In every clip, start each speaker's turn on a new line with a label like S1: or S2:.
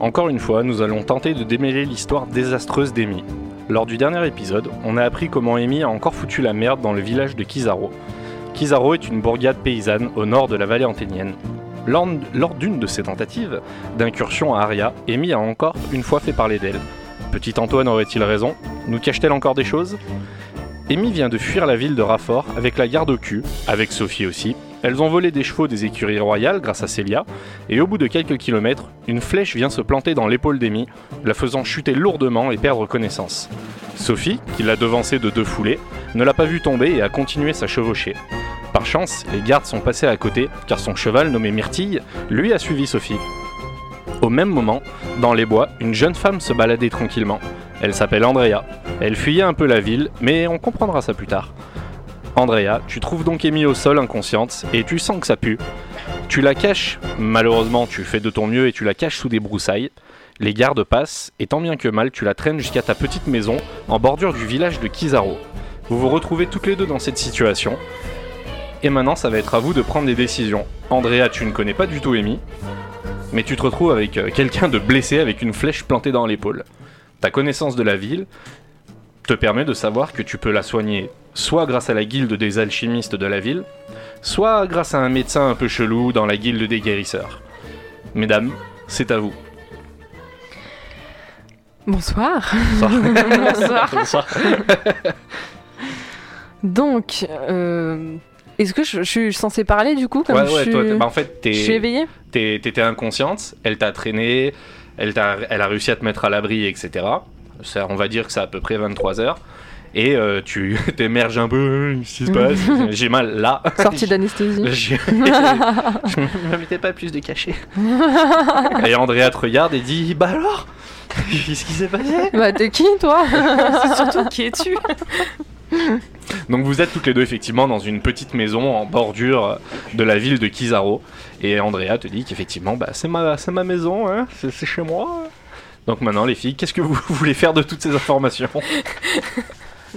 S1: Encore une fois, nous allons tenter de démêler l'histoire désastreuse d'Amy. Lors du dernier épisode, on a appris comment Amy a encore foutu la merde dans le village de Kizaro. Kizaro est une bourgade paysanne au nord de la vallée anténienne. Lors lors d'une de ses tentatives d'incursion à Aria, Amy a encore une fois fait parler d'elle. Petit Antoine aurait-il raison Nous cache-t-elle encore des choses Amy vient de fuir la ville de Raffort avec la garde au cul, avec Sophie aussi. Elles ont volé des chevaux des écuries royales grâce à Célia, et au bout de quelques kilomètres, une flèche vient se planter dans l'épaule d'Amy, la faisant chuter lourdement et perdre connaissance. Sophie, qui l'a devancée de deux foulées, ne l'a pas vue tomber et a continué sa chevauchée. Par chance, les gardes sont passés à côté, car son cheval, nommé Myrtille, lui a suivi Sophie. Au même moment, dans les bois, une jeune femme se baladait tranquillement. Elle s'appelle Andrea. Elle fuyait un peu la ville, mais on comprendra ça plus tard. Andrea, tu trouves donc Amy au sol inconsciente et tu sens que ça pue. Tu la caches, malheureusement tu fais de ton mieux et tu la caches sous des broussailles. Les gardes passent et tant bien que mal tu la traînes jusqu'à ta petite maison en bordure du village de Kizaro. Vous vous retrouvez toutes les deux dans cette situation. Et maintenant ça va être à vous de prendre des décisions. Andrea, tu ne connais pas du tout Amy, mais tu te retrouves avec euh, quelqu'un de blessé avec une flèche plantée dans l'épaule. Ta connaissance de la ville te permet de savoir que tu peux la soigner soit grâce à la guilde des alchimistes de la ville, soit grâce à un médecin un peu chelou dans la guilde des guérisseurs. Mesdames, c'est à vous.
S2: Bonsoir.
S1: Bonsoir.
S2: Bonsoir.
S1: Bonsoir.
S2: Donc, euh, est-ce que je, je suis censée parler du coup comme
S1: Ouais,
S2: je,
S1: ouais,
S2: suis,
S1: toi, t'es- bah, en fait,
S2: je suis
S1: t'es-
S2: éveillée
S1: t'es- t'étais inconsciente, elle t'a traîné, elle, t'a- elle a réussi à te mettre à l'abri, etc. Ça, on va dire que c'est à peu près 23 heures. Et euh, tu t'émerges un peu, hein, qu'est-ce qui se passe J'ai mal là.
S2: Sortie d'anesthésie.
S1: Je ne mettais pas plus de cachet. et Andrea te regarde et dit Bah alors Qu'est-ce qui s'est passé
S2: bah, t'es qui toi
S3: C'est surtout qui es-tu
S1: Donc vous êtes toutes les deux effectivement dans une petite maison en bordure euh, de la ville de Kizaro. Et Andrea te dit qu'effectivement, bah, c'est ma, c'est ma maison, hein, c'est c'est chez moi. Donc maintenant, les filles, qu'est-ce que vous voulez faire de toutes ces informations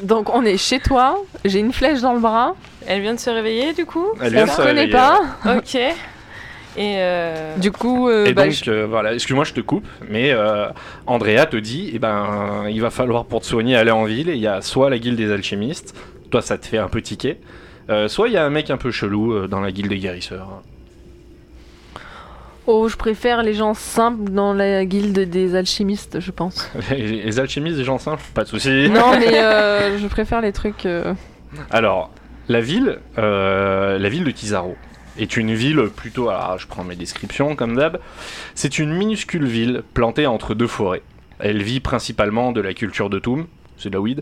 S2: Donc, on est chez toi, j'ai une flèche dans le bras,
S3: Elle vient de se réveiller du coup
S1: Elle
S2: on
S1: vient
S2: ne
S1: se
S2: connaît
S1: réveiller. hein.
S2: pas.
S3: Ok. Et euh...
S2: Du coup, euh,
S1: Et
S2: bah,
S1: donc,
S2: je-
S1: euh, voilà, excuse-moi, je te coupe, mais euh, Andrea te dit, eh ben, il va falloir pour te soigner aller en ville, et il y a soit la guilde des alchimistes, toi ça te fait un peu tiquer, euh, soit il y a un mec un peu chelou euh, dans la guilde des guérisseurs.
S2: oh, je préfère les gens simples dans la guilde des alchimistes, je pense.
S1: Les, les alchimistes, des gens simples, pas de soucis.
S2: non, mais euh, je préfère les trucs. euh,
S1: Alors, la ville, euh, la ville de Kizaro est une ville plutôt. Alors, je prends mes descriptions comme d'hab. C'est une minuscule ville plantée entre deux forêts. Elle vit principalement de la culture de Toum, c'est de la weed,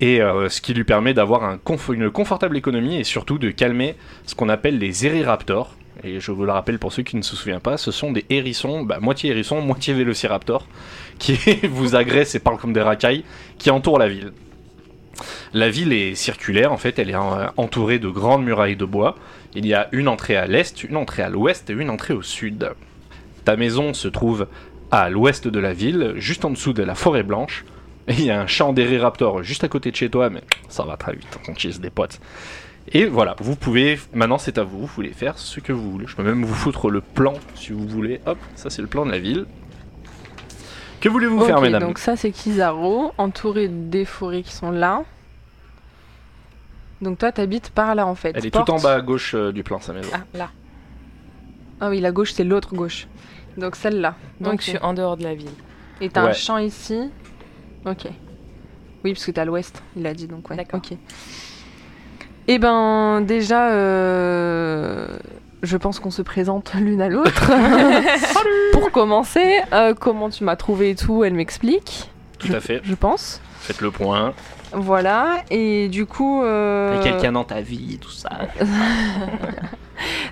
S1: et euh, ce qui lui permet d'avoir un conf- une confortable économie et surtout de calmer ce qu'on appelle les héréraptors. Et je vous le rappelle pour ceux qui ne se souviennent pas, ce sont des hérissons, bah, moitié hérissons, moitié vélociraptors, qui vous agressent et parlent comme des racailles, qui entourent la ville. La ville est circulaire, en fait, elle est euh, entourée de grandes murailles de bois. Il y a une entrée à l'est, une entrée à l'ouest et une entrée au sud. Ta maison se trouve à l'ouest de la ville, juste en dessous de la forêt blanche. Et il y a un champ d'Héréraptor juste à côté de chez toi, mais ça va très vite, on chise des potes. Et voilà, vous pouvez, maintenant c'est à vous, vous voulez faire ce que vous voulez. Je peux même vous foutre le plan si vous voulez. Hop, ça c'est le plan de la ville. Que voulez-vous faire,
S2: ok,
S1: mesdames
S2: donc ça c'est Kizaro, entouré des forêts qui sont là. Donc toi t'habites par là en fait.
S1: Elle est
S2: Porte-
S1: tout en bas à gauche euh, du plan, sa maison.
S3: Ah, là.
S2: Ah oui, la gauche c'est l'autre gauche. Donc celle-là.
S3: Donc
S2: Ok.
S3: je suis en dehors de la ville.
S2: Et t'as un
S1: Ouais.
S2: champ ici. Ok. Oui, parce que t'es à l'ouest, il a dit donc ouais.
S3: D'accord.
S2: Ok. Eh ben déjà, euh, je pense qu'on se présente l'une à l'autre. Pour commencer, euh, comment tu m'as trouvé et tout, elle m'explique,
S1: Tout à fait.
S2: je pense.
S1: Faites le point.
S2: Voilà, et du coup... euh,
S1: dans ta vie, tout ça.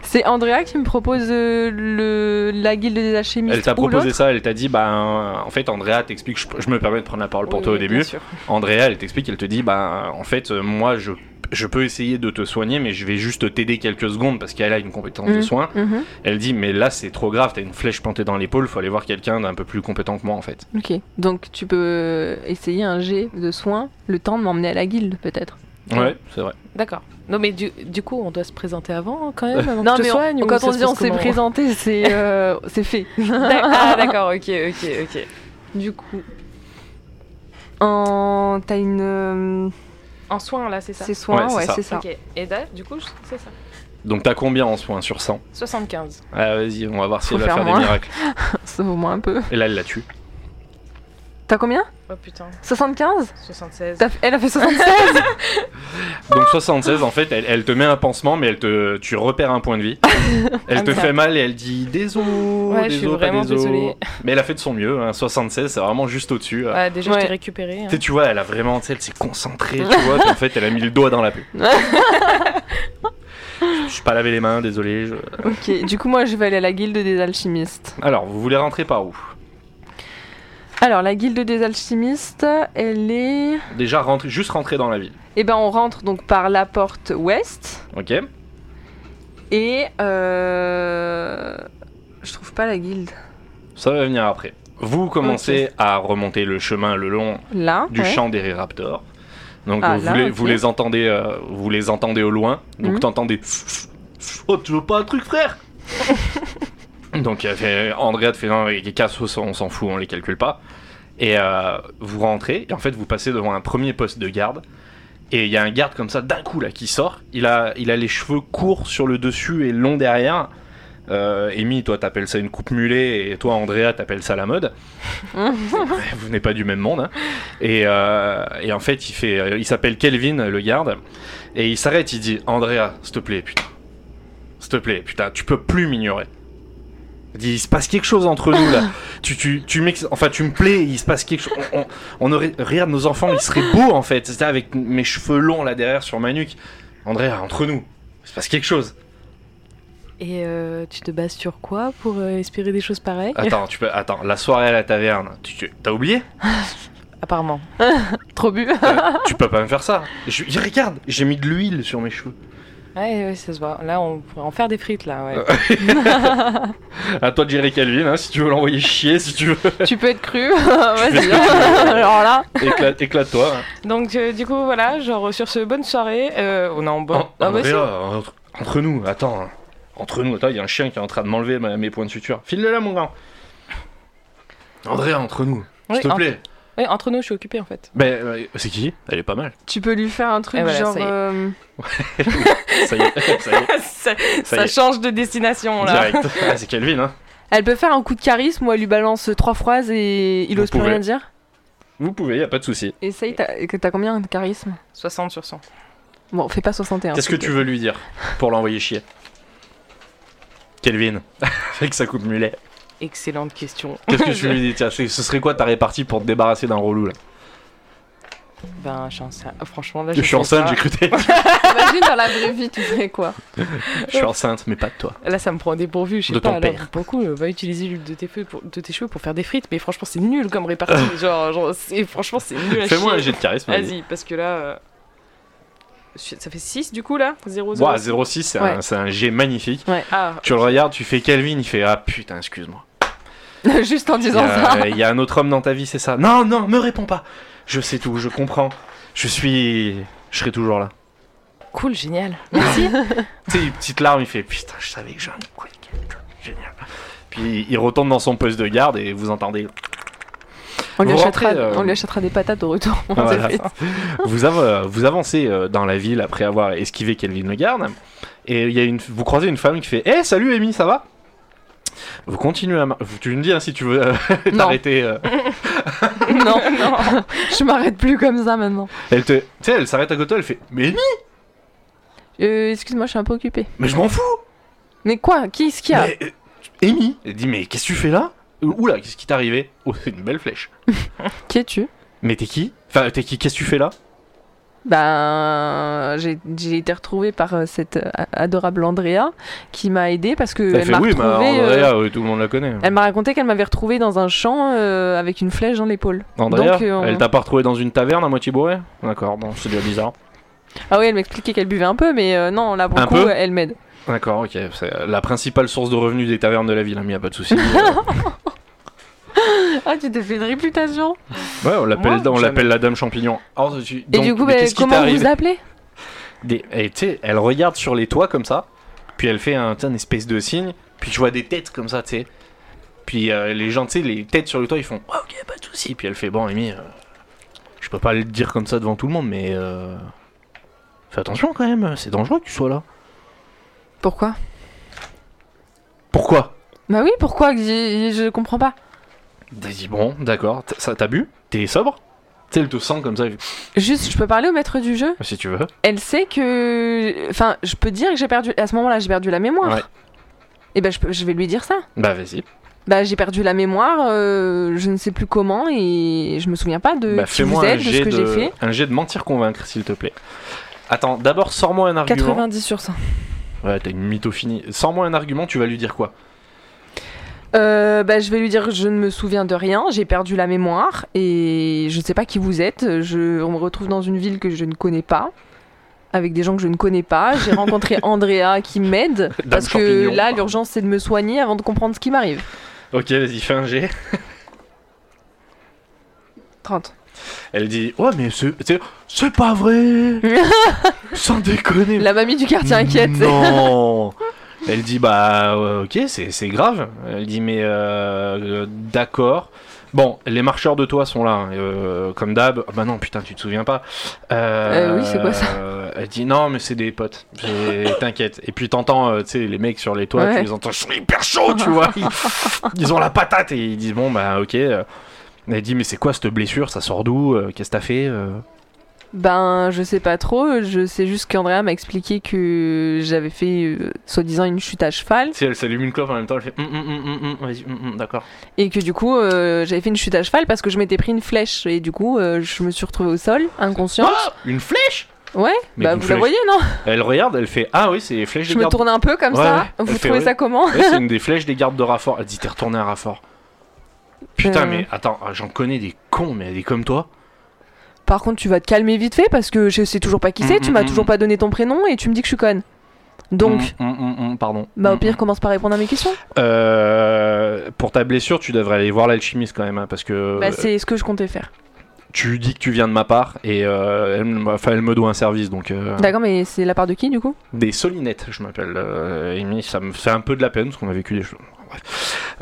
S2: C'est Andrea qui me propose euh, le, la guilde des alchimistes.
S1: Elle t'a
S2: ou
S1: proposé
S2: l'autre.
S1: ça, elle t'a dit, bah, en fait, Andrea t'explique, je, je me permets de prendre la parole pour
S3: Oui,
S1: toi au
S3: oui, bien
S1: début.
S3: sûr.
S1: Andrea, elle t'explique, elle te dit, bah, en fait, euh, moi, je, je peux essayer de te soigner, mais je vais juste t'aider quelques secondes parce qu'elle a une compétence de
S2: Mm.
S1: soin.
S2: Mhm.
S1: Elle dit, mais là, c'est trop grave, t'as une flèche plantée dans l'épaule, faut aller voir quelqu'un d'un peu plus compétent que moi, en fait.
S2: Ok, donc tu peux essayer un jet de soins, le temps de m'emmener à la guilde peut-être.
S1: Ouais, c'est vrai.
S4: D'accord. Non, mais du, du coup, on doit se présenter avant quand même. Avant
S2: Non,
S4: que je
S2: mais
S4: te
S2: on-
S4: soigne, ou
S2: quand
S4: ça
S2: on
S4: se
S2: dit on
S4: passe
S2: s'est
S4: comment
S2: présenté, c'est euh, c'est fait.
S4: D'ac- Ah, d'accord, ok, ok, ok.
S2: Du coup, en... t'as une. euh,
S4: En soin, là, c'est ça.
S2: C'est soin,
S1: Ouais, c'est
S2: ouais,
S1: ça.
S2: c'est ça.
S4: Ok. Et là, du coup, je- c'est ça.
S1: Donc t'as combien en soins sur 100
S4: 75.
S1: Ah, Vas-y, on va voir si
S2: Faut
S1: elle va
S2: faire
S1: faire des
S2: moins.
S1: miracles.
S2: Ça vaut moins un peu.
S1: Et là, elle la tue.
S2: T'as combien
S4: Oh putain,
S2: 75
S4: 76.
S2: T'as fait- Elle a fait 76
S1: Donc 76, en fait, elle, elle te met un pansement, mais elle te, tu repères un point de vie. Elle
S4: Ah,
S1: te
S4: merde.
S1: fait mal et elle dit désolé.
S4: Ouais, je suis
S1: désolé, pas
S4: vraiment
S1: désolé.
S4: désolée.
S1: Mais elle a fait de son mieux. hein. 76, c'est vraiment juste au-dessus. euh.
S4: Ouais, déjà,
S2: Ouais.
S4: je t'ai récupéré. hein.
S1: Tu sais, tu vois, elle a vraiment, tu sais, elle s'est concentrée, tu vois, qu'en fait, elle a mis le doigt dans la plaie. je suis pas lavé les mains, désolé. je-
S2: Ok, du coup, moi je vais aller à la guilde des alchimistes.
S1: Alors, vous voulez rentrer par où
S2: Alors, la guilde des alchimistes, elle est.
S1: Déjà, rentrer, juste rentrer dans la ville,
S2: Eh ben, on rentre donc par la porte ouest
S1: ok
S2: et. Euh... Je trouve pas la guilde.
S1: Ça va venir après. Vous commencez à remonter le chemin le long
S2: Là
S1: du
S2: ouais.
S1: chant des raptors. Donc
S2: Ah,
S1: vous,
S2: là,
S1: les,
S2: ok.
S1: vous les entendez, euh, vous les entendez au loin. Donc
S2: Mhm.
S1: t'entendez. Oh, tu veux pas un truc, frère Donc euh, fait, Andrea te fait non, les cassos, on s'en fout, on les calcule pas. Et euh, vous rentrez et en fait vous passez devant un premier poste de garde. Et il y a un garde comme ça d'un coup là qui sort. Il a, il a les cheveux courts sur le dessus et longs derrière. Euh, Amy, toi t'appelles ça une coupe mulet et toi Andrea t'appelles ça la mode. vous n'êtes pas du même monde. hein. Et, euh, et en fait, il fait, euh, il s'appelle Kelvin, le garde, et il s'arrête. Il dit, Andrea, s'il te plaît, putain, s'il te plaît, putain, tu peux plus m'ignorer. Il dit, il se passe quelque chose entre nous là. tu, tu, tu m'ex- enfin, tu me plais. Il se passe quelque chose. On, on- on aurait, regarde nos enfants, ils seraient beaux en fait. C'était avec mes cheveux longs là derrière sur ma nuque. Andrea, entre nous, il se passe quelque chose.
S4: Et euh, tu te bases sur quoi pour euh, espérer des choses pareilles
S1: Attends, tu peux, attends, la soirée à la taverne. Tu, tu- t'as oublié
S4: Apparemment.
S2: Trop bu.
S1: Euh, Tu peux pas me faire ça. Je, regarde, j'ai mis de l'huile sur mes cheveux.
S4: Ouais, ouais, ça se voit. Là, on pourrait en faire des frites, là, ouais.
S1: À toi de gérer Calvin, hein, si tu veux l'envoyer chier, si tu veux.
S2: tu peux être cru.
S4: Ah,
S2: Vas-y.
S4: hein.
S2: Alors là.
S1: Éclate- Éclate-toi. hein.
S4: Donc, euh, du coup, voilà, genre, sur ce, bonne soirée. euh, on est en bon.
S1: En- Oh, Andrea, bah, hein, entre, entre nous, attends. hein. Entre nous, attends, il y a un chien qui est en train de m'enlever ma- mes points de suture. File-le là, mon grand. Andrea, entre nous,
S4: Oui,
S1: s'il te
S4: en-
S1: plaît.
S4: oui, entre nous, je suis occupée, en fait.
S1: Ben, euh, c'est qui Elle est pas mal.
S2: Tu peux lui faire un truc
S4: Et voilà,
S2: genre.
S4: ça y est.
S2: euh,
S1: Ça y est, ça y est,
S4: ça
S1: ça
S4: ça
S1: y est.
S4: change de destination, là.
S1: Direct. Ah, c'est Calvin, hein.
S2: Elle peut faire un coup de charisme où elle lui balance trois phrases et il
S1: Vous
S2: ose plus
S1: pouvez.
S2: rien dire.
S1: Vous pouvez, y a pas de souci.
S2: Essaye, t'as et que t'as combien de charisme
S4: 60 sur 100.
S2: Bon, fais pas 61.
S1: Qu'est-ce que tu veux lui dire pour l'envoyer chier Calvin, avec sa coupe mulet.
S4: Excellente question.
S1: Qu'est-ce que tu lui dis Tiens, c'est- ce serait quoi ta répartie pour te débarrasser d'un relou là
S4: Ben, je suis enceinte. Ah, Franchement, là,
S1: Je suis
S4: sais
S1: enceinte,
S4: pas.
S1: j'ai cru t'être-
S2: Imagine dans la vraie vie, tu fais quoi
S1: Je suis enceinte, mais pas de toi.
S4: Là, ça me prend dépourvu, je sais
S1: De
S4: pas.
S1: ton
S4: alors,
S1: père.
S4: Beaucoup, euh, va utiliser l'huile de tes, feux pour- de tes cheveux pour faire des frites, mais franchement, c'est nul comme répartie. genre, genre, c'est- franchement, c'est nul à
S1: Euh. Fais-moi un
S4: chier.
S1: jet de charisme.
S4: Vas-y, parce que là. euh, shit, Ça fait 6 du coup là 0 0
S1: Ouah, 06, c'est un-
S2: Ouais.
S1: c'est un jet magnifique.
S4: Ah,
S1: Tu le regardes, tu fais Calvin, il fait Ah putain, excuse-moi.
S2: Juste en
S1: Il y,
S2: disant ça.
S1: a- il y a un autre homme dans ta vie, c'est ça Non, non, me réponds pas. Je sais tout, je comprends. Je suis. Je serai toujours là.
S4: cool, génial.
S1: Tu sais, une petite larme, il fait Putain, je savais que j'ai un coup de gueule. Génial. Puis il retourne dans son poste de garde et vous entendez.
S2: On lui,
S1: Vous
S2: achètera,
S1: rentrez, euh, Ah,
S2: on lui achètera des patates au retour.
S1: Voilà. vous, av- vous avancez euh, dans la ville après avoir esquivé Kelvin le garde. Et il y a une, vous croisez une femme qui fait Eh, salut Amy, ça va Vous continuez à. mar- Tu me dis hein, si tu veux euh,
S2: Non,
S1: t'arrêter. euh.
S2: non, non. Je m'arrête plus comme ça maintenant.
S1: Elle te. Tu sais, elle s'arrête à côté, elle fait Mais Amy,
S2: Euh, Excuse-moi, je suis un peu occupée.
S1: mais je m'en fous
S2: Mais quoi Qu'est-ce qu'il y a
S1: mais, euh, Amy Elle dit Mais qu'est-ce que tu fais là Euh, Oula, qu'est-ce qui t'est arrivé Oh, c'est une belle flèche.
S2: Qui es-tu
S1: Mais t'es qui Enfin, t'es qui Qu'est-ce que tu fais là
S2: Ben, j'ai j'ai été retrouvée par euh, cette euh, adorable Andrea qui m'a aidée parce que elle,
S1: fait
S2: m'a
S1: Oui, mais
S2: retrouvée, euh,
S1: Andrea, euh, tout le monde la connaît.
S2: elle m'a raconté qu'elle m'avait retrouvée dans un champ euh, avec une flèche dans l'épaule.
S1: Andrea,
S2: donc, euh, on-
S1: elle t'a pas retrouvé dans une taverne à moitié bourrée D'accord, bon, c'est déjà bizarre.
S2: Ah oui, elle m'expliquait qu'elle buvait un peu, mais euh, non, là pour
S1: Un
S2: le coup,
S1: peu
S2: elle m'aide.
S1: D'accord, ok. C'est la principale source de revenus des tavernes de la ville, hein, mais y a pas de souci. Euh,
S2: Ah, tu t'es fait une réputation.
S1: ouais, on l'appelle,
S4: Moi,
S1: on
S4: jamais.
S1: l'appelle la dame champignon. Alors, tu-
S2: Et
S1: donc,
S2: du coup,
S1: mais
S2: ben,
S1: qu'est-ce qui t'est
S2: comment vous
S1: arrivé
S2: vous appelez
S1: Des... Et tu sais, elle regarde sur les toits comme ça, puis elle fait un, tu sais, un espèce de signe, puis je vois des têtes comme ça, tu sais. Puis euh, les gens, tu sais, les têtes sur le toit, ils font Ah, Ok, pas de soucis. Puis elle fait Bon, Amy, euh, je peux pas le dire comme ça devant tout le monde, mais. euh, Fais attention quand même, c'est dangereux que tu sois là.
S2: Pourquoi
S1: Pourquoi
S2: Bah oui, pourquoi J'ai- Je comprends pas.
S1: T'as dit bon, d'accord, t- ça t'as bu T'es sobre Tu sais, elle te sent comme ça,
S2: Juste, je peux parler au maître du jeu
S1: si tu veux.
S2: Elle sait que. Enfin, je peux dire que j'ai perdu. À ce moment-là, j'ai perdu la mémoire.
S1: Ouais.
S2: Et ben, je, peux- je vais lui dire ça.
S1: Bah vas-y.
S2: Bah, j'ai perdu la mémoire, euh, je ne sais plus comment, et je me souviens pas de
S1: Bah
S2: qui vous
S1: fais-moi un
S2: êtes, de ce
S1: jet
S2: que
S1: de,
S2: j'ai fait.
S1: un jet de mentir convaincre, s'il te plaît. Attends, d'abord sors-moi un argument.
S2: 90 sur 100.
S1: Ouais, t'as une mythophilie. Sors-moi un argument, tu vas lui dire quoi
S2: Euh, bah, je vais lui dire je ne me souviens de rien, j'ai perdu la mémoire et je ne sais pas qui vous êtes. Je, on me retrouve dans une ville que je ne connais pas, avec des gens que je ne connais pas. J'ai rencontré Andrea qui m'aide
S1: Dame
S2: parce que
S1: champignon.
S2: là l'urgence c'est de me soigner avant de comprendre ce qui m'arrive.
S1: Ok, vas-y, fais un jet.
S2: 30.
S1: Elle dit Ouais, mais c'est c'est- c'est pas vrai Sans déconner
S2: La mamie du quartier inquiète.
S1: Non Elle dit bah ouais, ok c'est c'est grave. Elle dit mais euh, euh, d'accord. Bon les marcheurs de toit sont là hein, euh, comme d'hab. Ah Bah non putain tu te souviens pas.
S2: Euh, oui, c'est quoi ça
S1: euh, Elle dit non mais c'est des potes. C'est- T'inquiète. Et puis t'entends euh, tu sais les mecs sur les toits
S2: Ouais.
S1: tu les entends ils sont hyper chauds tu vois. Ils, ils ont la patate et ils disent bon bah ok. euh. Elle dit mais c'est quoi cette blessure ça sort d'où Euh, qu'est-ce que t'as fait Euh,
S2: Ben, je sais pas trop. Je sais juste qu'Andrea m'a expliqué que j'avais fait euh, soi-disant une chute à cheval
S1: Tu sais elle s'allume une clope en même temps elle fait Hum, hum, hum, hum, hum, vas-y, hum, hum, d'accord.
S2: et que du coup euh, j'avais fait une chute à cheval parce que je m'étais pris une flèche et du coup euh, je me suis retrouvée au sol inconscient.
S1: Ah, une flèche
S2: Ouais,
S1: Mais
S2: bah
S1: une
S2: vous la
S1: flèche.
S2: voyez, non
S1: Elle regarde, elle fait Ah oui, c'est les flèches
S2: Je
S1: des
S2: me
S1: gardes.
S2: tourne un peu comme
S1: Ouais,
S2: ça.
S1: ouais.
S2: Vous
S1: Elle fait,
S2: trouvez
S1: ouais.
S2: ça comment
S1: Ouais, c'est une des flèches des gardes de Raffort. Elle dit T'es retourné à Raffort. Putain,
S2: Euh.
S1: mais attends, ah, j'en connais des cons, mais elle est comme toi.
S2: Par contre, tu vas te calmer vite fait parce que je sais toujours pas qui c'est,
S1: Mm,
S2: tu
S1: mm,
S2: m'as
S1: mm.
S2: toujours pas donné ton prénom et tu me dis que je suis conne. Donc,
S1: Hum, hum, hum, hum, pardon.
S2: bah au
S1: Hum,
S2: pire,
S1: hum.
S2: commence par répondre à mes questions.
S1: Euh, pour ta blessure, tu devrais aller voir l'alchimiste quand même, hein, parce que
S2: Bah, c'est ce que je comptais faire.
S1: tu dis que tu viens de ma part et euh, elle, me- enfin, elle me doit un service donc. euh,
S2: D'accord, mais c'est la part de qui du coup
S1: Des solinettes, je m'appelle euh, Amy. Ça me fait un peu de la peine parce qu'on a vécu des choses. Bref.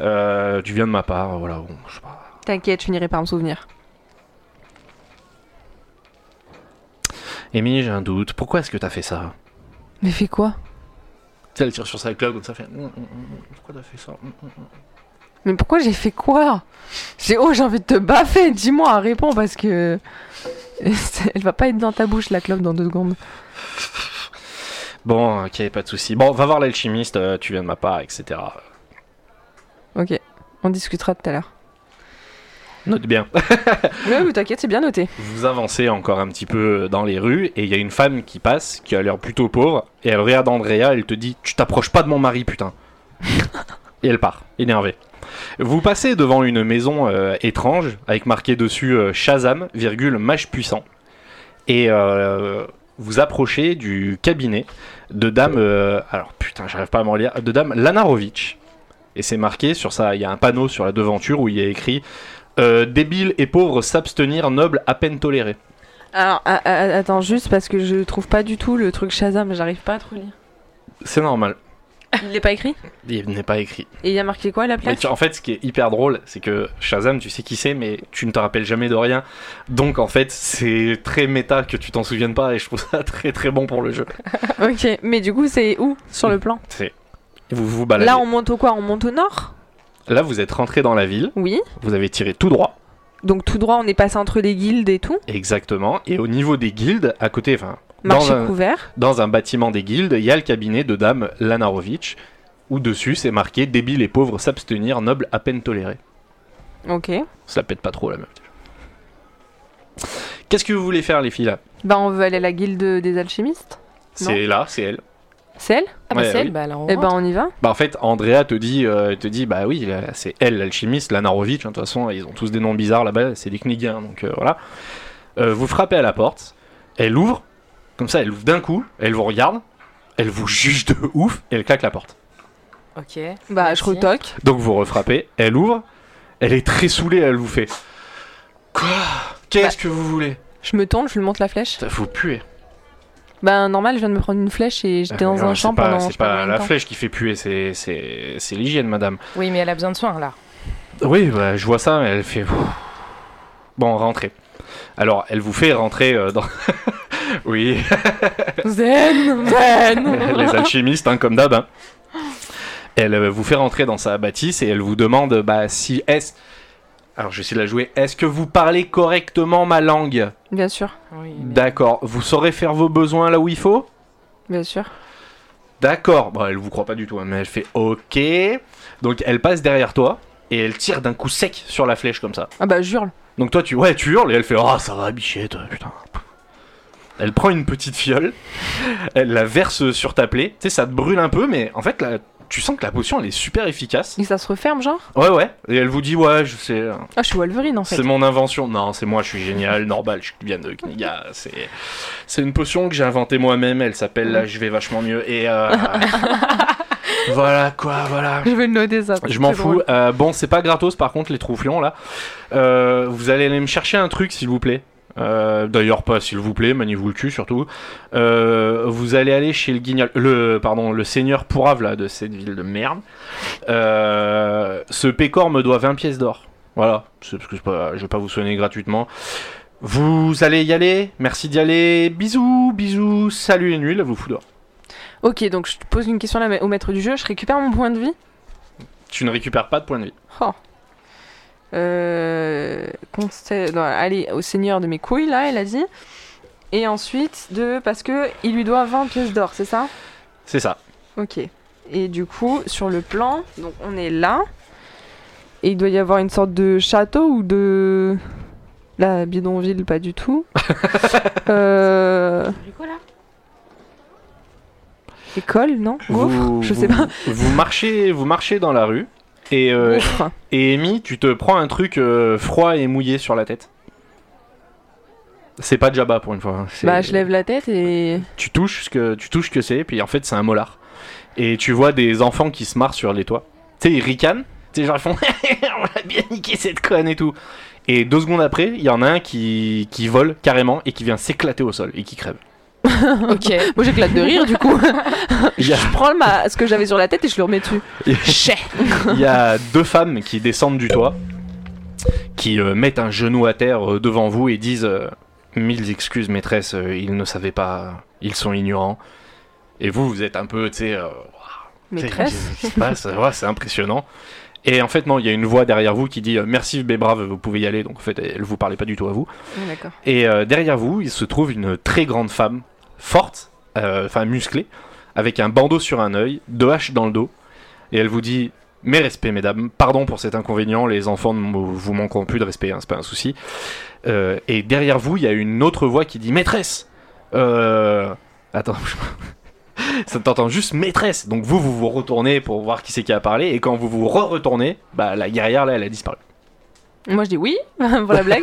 S1: Euh, tu viens de ma part, voilà, bon, je sais pas.
S2: T'inquiète, je finirai par me souvenir.
S1: Amy, j'ai un doute. Pourquoi est-ce que t'as fait ça
S2: Mais fais quoi
S1: Tu sais, elle tire sur sa club, comme ça, fait. Hum, hum, hum, Pourquoi t'as fait ça Hum, hum, hum.
S2: Mais pourquoi j'ai fait quoi J'ai oh, j'ai envie de te baffer, dis-moi, réponds parce que. Elle va pas être dans ta bouche la clope dans deux secondes.
S1: Bon, ok, pas de souci. Bon, va voir l'alchimiste, euh, tu viens de ma part, etc.
S2: Ok, on discutera tout à l'heure.
S1: Note bien.
S2: Ouais, mais t'inquiète, c'est bien noté.
S1: Vous avancez encore un petit peu dans les rues, et il y a une femme qui passe, qui a l'air plutôt pauvre, et elle regarde Andrea, elle te dit Tu t'approches pas de mon mari, putain. et elle part, énervée. Vous passez devant une maison euh, étrange, avec marqué dessus euh, Shazam, virgule, mage puissant. Et euh, vous approchez du cabinet de dame. euh, alors putain, j'arrive pas à m'en lire. De dame Lanarovitch. Et c'est marqué sur ça, il y a un panneau sur la devanture où il y a écrit euh, débile et pauvre s'abstenir, noble à peine toléré.
S2: Alors, a- a- attends, juste parce que je trouve pas du tout le truc Shazam, j'arrive pas à trop lire.
S1: C'est normal.
S2: Il l'est pas écrit
S1: Il n'est pas écrit.
S2: Et il y a marqué quoi à la
S1: Mais
S2: place
S1: tu- en fait, ce qui est hyper drôle, c'est que Shazam, tu sais qui c'est, mais tu ne te rappelles jamais de rien. Donc, en fait, c'est très méta que tu t'en souviennes pas, et je trouve ça très très bon pour le jeu.
S2: Ok, mais du coup, c'est où sur le plan
S1: C'est. Vous vous baladez.
S2: Là, on monte au quoi On monte au nord
S1: Là, vous êtes rentré dans la ville,
S2: Oui.
S1: vous avez tiré tout droit.
S2: Donc, tout droit, on est passé entre les guildes et tout.
S1: Exactement. Et au niveau des guildes, à côté, enfin,
S2: Marché
S1: dans un,
S2: couvert.
S1: dans un bâtiment des guildes, il y a le cabinet de Dame Lanarovitch, où dessus c'est marqué débile et pauvre s'abstenir, noble à peine toléré.
S2: Ok.
S1: Ça pète pas trop la meuf. déjà. Qu'est-ce que vous voulez faire, les filles là
S2: Bah, on veut aller à la guilde des alchimistes
S1: C'est là, c'est elle.
S2: C'est elle
S3: Ah bah
S1: Ouais,
S3: c'est elle,
S1: oui.
S3: bah alors on
S2: Eh ben,
S3: rentre.
S2: on y va.
S1: Bah en fait, Andrea te dit, euh, te dit bah oui, là, c'est elle l'alchimiste, Lanarovitch. hein, De toute façon, ils ont tous des noms bizarres là-bas. C'est des Knigiens, donc euh, voilà. Euh, vous frappez à la porte. Elle ouvre. Comme ça, elle ouvre d'un coup. Elle vous regarde. Elle vous juge de ouf. Et elle claque la porte.
S3: Ok.
S2: Bah,
S3: Merci.
S2: je retoque.
S1: Donc vous refrappez, elle ouvre, elle est très saoulée, elle vous fait Quoi Qu'est-ce que vous voulez
S2: Je me tourne, je lui montre la flèche.
S1: Ça vous puez.
S2: Ben normal, je viens de me prendre une flèche et j'étais dans
S1: Non,
S2: un
S1: Ah, Euh, c'est
S2: champ
S1: pas-
S2: pendant. je
S1: C'est
S2: sais pas
S1: pas
S2: combien de
S1: la
S2: temps.
S1: flèche qui fait puer, c'est c'est- c'est l'hygiène, madame.
S4: Oui, mais elle a besoin de soins là.
S1: Oui, bah, je vois ça, elle fait. Bon, rentrez. Alors, elle vous fait rentrer euh, dans. oui,
S2: Zen, zen.
S1: les alchimistes, hein, comme d'hab. hein. Elle euh, vous fait rentrer dans sa bâtisse et elle vous demande bah, si. Est Alors, je vais essayer de la jouer. Est-ce que vous parlez correctement ma langue
S2: Bien sûr,
S4: Oui, mais-
S1: D'accord. Vous saurez faire vos besoins là où il faut
S2: bien sûr.
S1: D'accord. Bon, elle vous croit pas du tout, hein, mais elle fait OK. Donc, elle passe derrière toi et elle tire d'un coup sec sur la flèche comme ça.
S2: Ah bah jure.
S1: Donc toi tu ouais tu hurles et elle fait ah ça va bichette putain. Elle prend une petite fiole, elle la verse sur ta plaie, tu sais ça te brûle un peu mais en fait là tu sens que la potion elle est super efficace.
S2: Et ça se referme genre
S1: Ouais ouais et elle vous dit ouais je sais euh,
S2: Ah je suis Wolverine en fait.
S1: c'est mon invention non c'est moi je suis génial normal je viens de Kniga c'est c'est une potion que j'ai inventée moi-même elle
S2: Mm.
S1: s'appelle là je vais vachement mieux et euh, voilà quoi voilà
S2: Je vais le noter ça.
S1: je m'en
S2: C'est
S1: fous.
S2: drôle.
S1: Euh, bon, c'est pas gratos par contre, les trouflions là. Euh, vous allez aller me chercher un truc s'il vous plaît. Euh, D'ailleurs, pas s'il vous plaît, maniez-vous le cul surtout. Euh, vous allez aller chez le guignol, le, pardon, le seigneur pourrave là de cette ville de merde. Euh, ce pécor me doit 20 pièces d'or. Voilà, c'est parce que c'est pas- je vais pas vous sonner gratuitement. Vous allez y aller, merci d'y aller, bisous, bisous, salut les nuls, vous fout dehors.
S2: Ok, donc je te pose une question là, au maître du jeu. Je récupère mon point de vie.
S1: Tu ne récupères pas de points de vie.
S2: Oh. Euh, conseil- non, allez, au seigneur de mes couilles, là, elle a dit. Et ensuite, de, parce que il lui doit 20 pièces d'or, c'est ça
S1: C'est ça.
S2: Ok. Et du coup, sur le plan, donc on est là. Et il doit y avoir une sorte de château ou de. La bidonville, pas du tout. Euh, École, non Gouffre
S1: Vous-
S2: Je
S1: vous-
S2: sais pas.
S1: Vous marchez, vous marchez dans la rue et euh,
S2: Gouffre.
S1: et Amy, tu te prends un truc euh, froid et mouillé sur la tête. C'est pas Jabba pour une fois. hein, c'est-
S2: Bah, je lève la tête et.
S1: Tu touches ce que tu touches ce que c'est, puis en fait c'est un molar. Et tu vois des enfants qui se marrent sur les toits. Tu sais, ils ricanent. Tu sais, genre ils font on a bien niqué cette conne et tout. Et deux secondes après, il y en a un qui, qui vole carrément et qui vient s'éclater au sol et qui crève.
S4: Ok.
S2: Moi, j'éclate de rire, du coup.
S1: Il y a-
S2: je prends le ma- ce que j'avais sur la tête et je le remets dessus.
S4: Chais.
S1: Il y a deux femmes qui descendent du toit, qui euh, mettent un genou à terre euh, devant vous et disent euh, Mille excuses, maîtresse, euh, ils ne savaient pas, ils sont ignorants. Et vous, vous êtes un peu, tu sais, euh, T'sais,
S2: Maîtresse.
S1: qu'est-ce qui se passe Ouais, c'est impressionnant. Et en fait, non, il y a une voix derrière vous qui dit euh, Merci, mes braves, vous pouvez y aller. Donc en fait, elle vous parlait pas du tout à vous.
S2: Oh, D'accord.
S1: Et euh, derrière vous, il se trouve une très grande femme, forte, euh, enfin musclée, avec un bandeau sur un œil, deux haches dans le dos. Et elle vous dit Mes respects, mesdames, pardon pour cet inconvénient, les enfants ne m- vous manqueront plus de respect, hein, c'est pas un souci. Euh, et derrière vous, il y a une autre voix qui dit Maîtresse Euh. Attends, ça t'entend juste maîtresse. Donc vous, vous vous retournez pour voir qui c'est qui a parlé, et quand vous vous re-retournez, bah la guerrière là, elle a disparu.
S2: Moi, je dis oui pour la blague.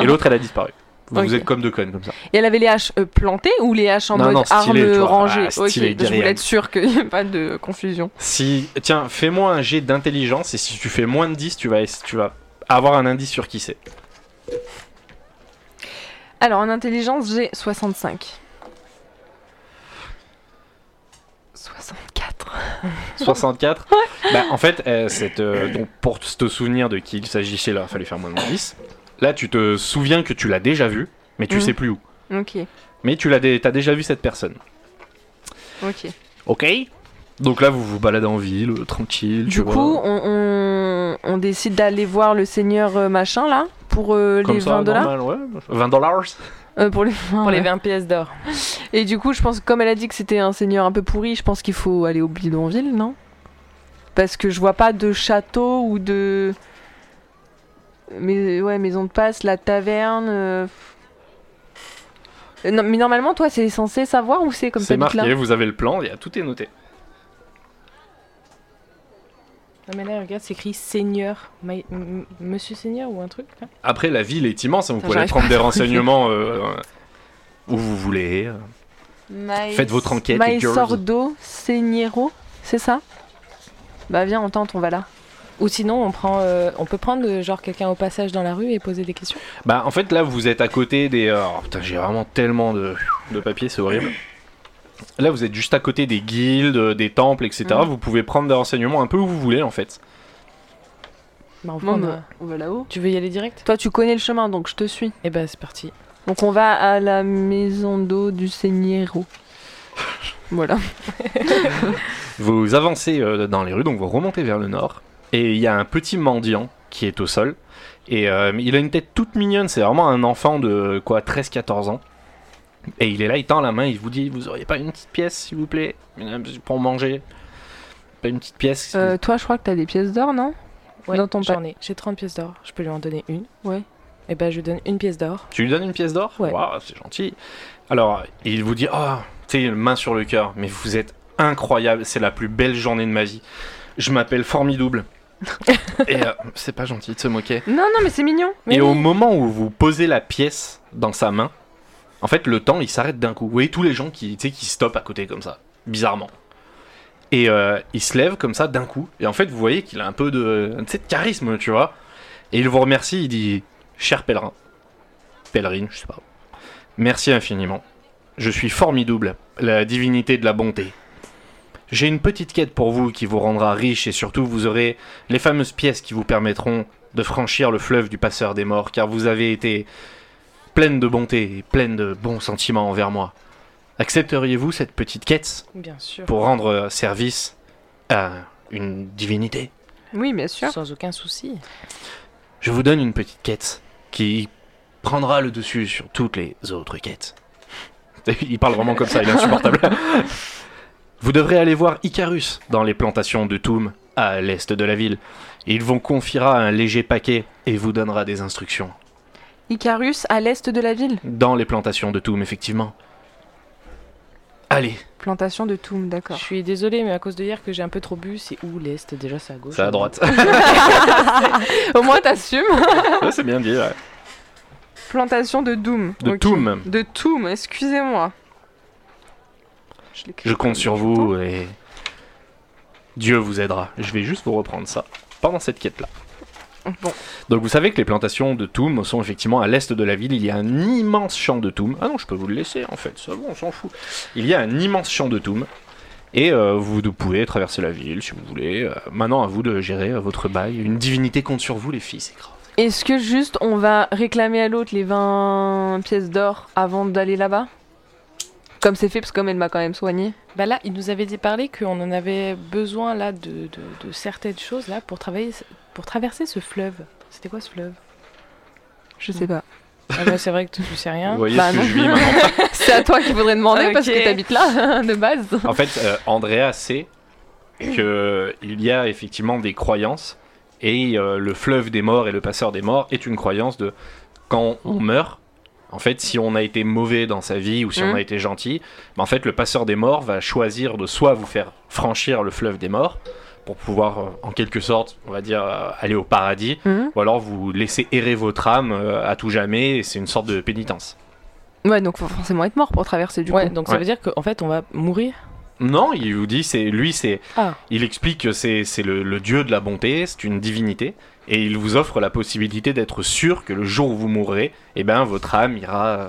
S1: Et l'autre, elle a disparu. Vous, vous
S2: Ok.
S1: êtes comme deux connes comme ça.
S2: et elle avait les haches euh, plantées ou les haches en
S1: Non,
S2: mode
S1: non, stylé, tu
S2: arme
S1: vois.
S2: rangée
S1: Ah, stylé,
S2: Ok, je
S1: guerrière.
S2: voulais être sûre qu'il n'y ait pas de confusion.
S1: Si tiens, fais-moi un jet d'intelligence et si tu fais moins de 10, tu vas tu vas avoir un indice sur qui c'est.
S2: Alors, en intelligence, j'ai 65. 64.
S1: 64. Bah, en fait, euh, cette, euh, donc, pour te souvenir de qui il s'agissait là, fallait faire moins de 10. Là, tu te souviens que tu l'as déjà vu, mais tu
S2: Mhm.
S1: sais plus où.
S2: Ok,
S1: Mais tu l'as dé- t'as déjà vu cette personne.
S2: ok.
S1: OK Donc là, vous vous baladez en ville, euh, tranquille, tu
S2: Du
S1: vois.
S2: coup, on, on- on décide d'aller voir le seigneur euh, machin là pour euh,
S1: Comme
S2: les
S1: ça,
S2: 20 dollars.
S1: normal, ouais. 20 dollars
S2: Euh, pour les,
S4: Pour les
S2: Ouais.
S4: 20 pièces d'or.
S2: Et du coup, je pense, que comme elle a dit que c'était un seigneur un peu pourri, je pense qu'il faut aller au bidonville, non Parce que je vois pas de château ou de. Mais ouais, maison de passe, la taverne. euh, euh, non, mais normalement, toi, c'est censé savoir où c'est comme
S1: C'est
S2: t'habites
S1: marqué,
S2: là.
S1: vous avez le plan, il y a- tout est noté.
S4: Non mais là regarde, c'est écrit Seigneur, Ma- M- Monsieur Seigneur ou un truc hein. là.
S1: Après, la ville est immense, hein, vous
S2: Putain,
S1: pouvez aller
S2: j'arrive
S1: prendre des renseignements euh, euh, où vous voulez. euh. Faites votre enquête. et girls.
S2: Maïsordo, Seignero, c'est ça Bah viens, on tente, on va là.
S4: Ou sinon, on, prend, euh, on peut prendre euh, genre quelqu'un au passage dans la rue et poser des questions.
S1: Bah en fait là vous êtes à côté des... euh, oh, putain j'ai vraiment tellement de, de papier, c'est horrible. Là vous êtes juste à côté des guildes, euh, des temples, etc.
S4: Mhm.
S1: Vous pouvez prendre des renseignements un peu où vous voulez en fait.
S4: Bah, on
S2: Bon,
S4: prend,
S2: bah,
S4: euh,
S2: on va là-haut.
S4: Tu veux y aller direct
S2: Toi, tu connais le chemin, donc je te suis.
S4: Eh ben, c'est parti.
S2: Donc on va à la maison d'eau du Seigneiro. Voilà.
S1: Vous avancez euh, dans les rues, donc vous remontez vers le nord. Et il y a un petit mendiant qui est au sol. Et euh, il a une tête toute mignonne, c'est vraiment un enfant de quoi 13-14 ans. Et il est là, il tend la main, il vous dit Vous auriez pas une petite pièce s'il vous plaît Une- Pour manger Pas une petite pièce
S2: Euh, toi, je crois que t'as des pièces d'or, non
S4: Ouais,
S2: Dans ton
S4: j'en ai. J'ai 30 pièces d'or. Je peux lui en donner une.
S2: Ouais.
S4: Eh ben, je lui donne une pièce d'or.
S1: Tu lui donnes une pièce d'or
S4: Ouais.
S1: Waouh, c'est gentil. Alors, il vous dit Ah, tu sais, main sur le cœur, mais vous êtes incroyable, c'est la plus belle journée de ma vie. Je m'appelle Formidouble. Et euh, c'est pas gentil de se moquer.
S2: Non, non, mais c'est mignon.
S1: Et au moment où vous posez la pièce dans sa main, en fait, le temps, il s'arrête d'un coup. Vous voyez tous les gens qui, tu sais, qui stoppent à côté comme ça, bizarrement. Et euh, il se lève comme ça d'un coup. Et en fait, vous voyez qu'il a un peu de, tu sais, de charisme, tu vois. Et il vous remercie, il dit Cher pèlerin, pèlerine, je sais pas. Merci infiniment. Je suis formidable, la divinité de la bonté. J'ai une petite quête pour vous qui vous rendra riche et surtout vous aurez les fameuses pièces qui vous permettront de franchir le fleuve du passeur des morts, car vous avez été pleine de bonté et pleine de bons sentiments envers moi. Accepteriez-vous cette petite quête
S4: Bien sûr.
S1: pour rendre euh, service à une divinité
S2: Oui, bien sûr.
S4: Sans aucun souci.
S1: Je vous donne une petite quête qui prendra le dessus sur toutes les autres quêtes. Il parle vraiment comme ça, il est insupportable. vous devrez aller voir Icarus dans les plantations de Toum, à l'est de la ville. Il vous confiera un léger paquet et vous donnera des instructions.
S2: Icarus, à l'est de la ville.
S1: Dans les plantations de Toum, effectivement. Allez,
S2: Plantation de Toum,
S4: Je
S2: d'accord.
S4: suis désolée, mais à cause de hier que j'ai un peu trop bu, c'est où l'Est Déjà, c'est à gauche.
S1: c'est à droite.
S2: Au moins, t'assumes.
S1: Ouais, c'est bien dit, ouais.
S2: Plantation de Doom.
S1: De
S2: Ok.
S1: Toum.
S2: De Toum, excusez-moi. Je, l'écris
S1: Je compte
S2: comme
S1: sur
S2: je
S1: vous et Dieu vous aidera. Je vais juste vous reprendre ça pendant cette quête-là.
S2: l'entends. Oh, Bon,
S1: Donc vous savez que les plantations de Toum sont effectivement à l'est de la ville. Il y a un immense champ de Toum. Ah non, je peux vous le laisser en fait. Ça, va, on s'en fout. Il y a un immense champ de Toum. Et euh, vous pouvez traverser la ville si vous voulez. Euh, maintenant, à vous de gérer euh, votre bail. Une divinité compte sur vous, les filles, c'est grave.
S2: Est-ce que juste on va réclamer à l'autre les 20 pièces d'or avant d'aller là-bas Comme c'est fait, parce que comme elle m'a quand même soigné.
S4: Bah là, il nous avait dit parler qu'on en avait besoin là de, de- de certaines choses là pour travailler, pour traverser ce fleuve. C'était quoi ce fleuve
S2: Je sais pas.
S4: Ah bah, c'est vrai que tu ne sais rien.
S1: Vous voyez
S2: Bah
S1: ce que
S2: non.
S1: je vis maintenant.
S2: C'est à toi qu'il faudrait demander parce
S4: Ok.
S2: que t'habites là, de base.
S1: En fait, euh, Andrea sait que il y a effectivement des croyances et euh, le fleuve des morts et le passeur des morts est une croyance de quand on meurt. En fait, si on a été mauvais dans sa vie ou si on
S2: Mhm.
S1: a été gentil, bah, en fait, le passeur des morts va choisir de soit vous faire franchir le fleuve des morts pour pouvoir, euh, en quelque sorte, on va dire, euh, aller au paradis,
S2: Mhm.
S1: ou alors vous laisser errer votre âme euh, à tout jamais, et c'est une sorte de pénitence.
S2: Ouais, donc faut forcément être mort pour traverser du
S4: ouais,
S2: coup.
S4: donc
S1: Ouais.
S4: ça veut dire qu'en fait, on va mourir.
S1: Non, il vous dit, c'est lui, c'est.
S4: Ah.
S1: Il explique que c'est c'est le, le dieu de la bonté, c'est une divinité, et il vous offre la possibilité d'être sûr que le jour où vous mourrez, eh ben votre âme ira. euh,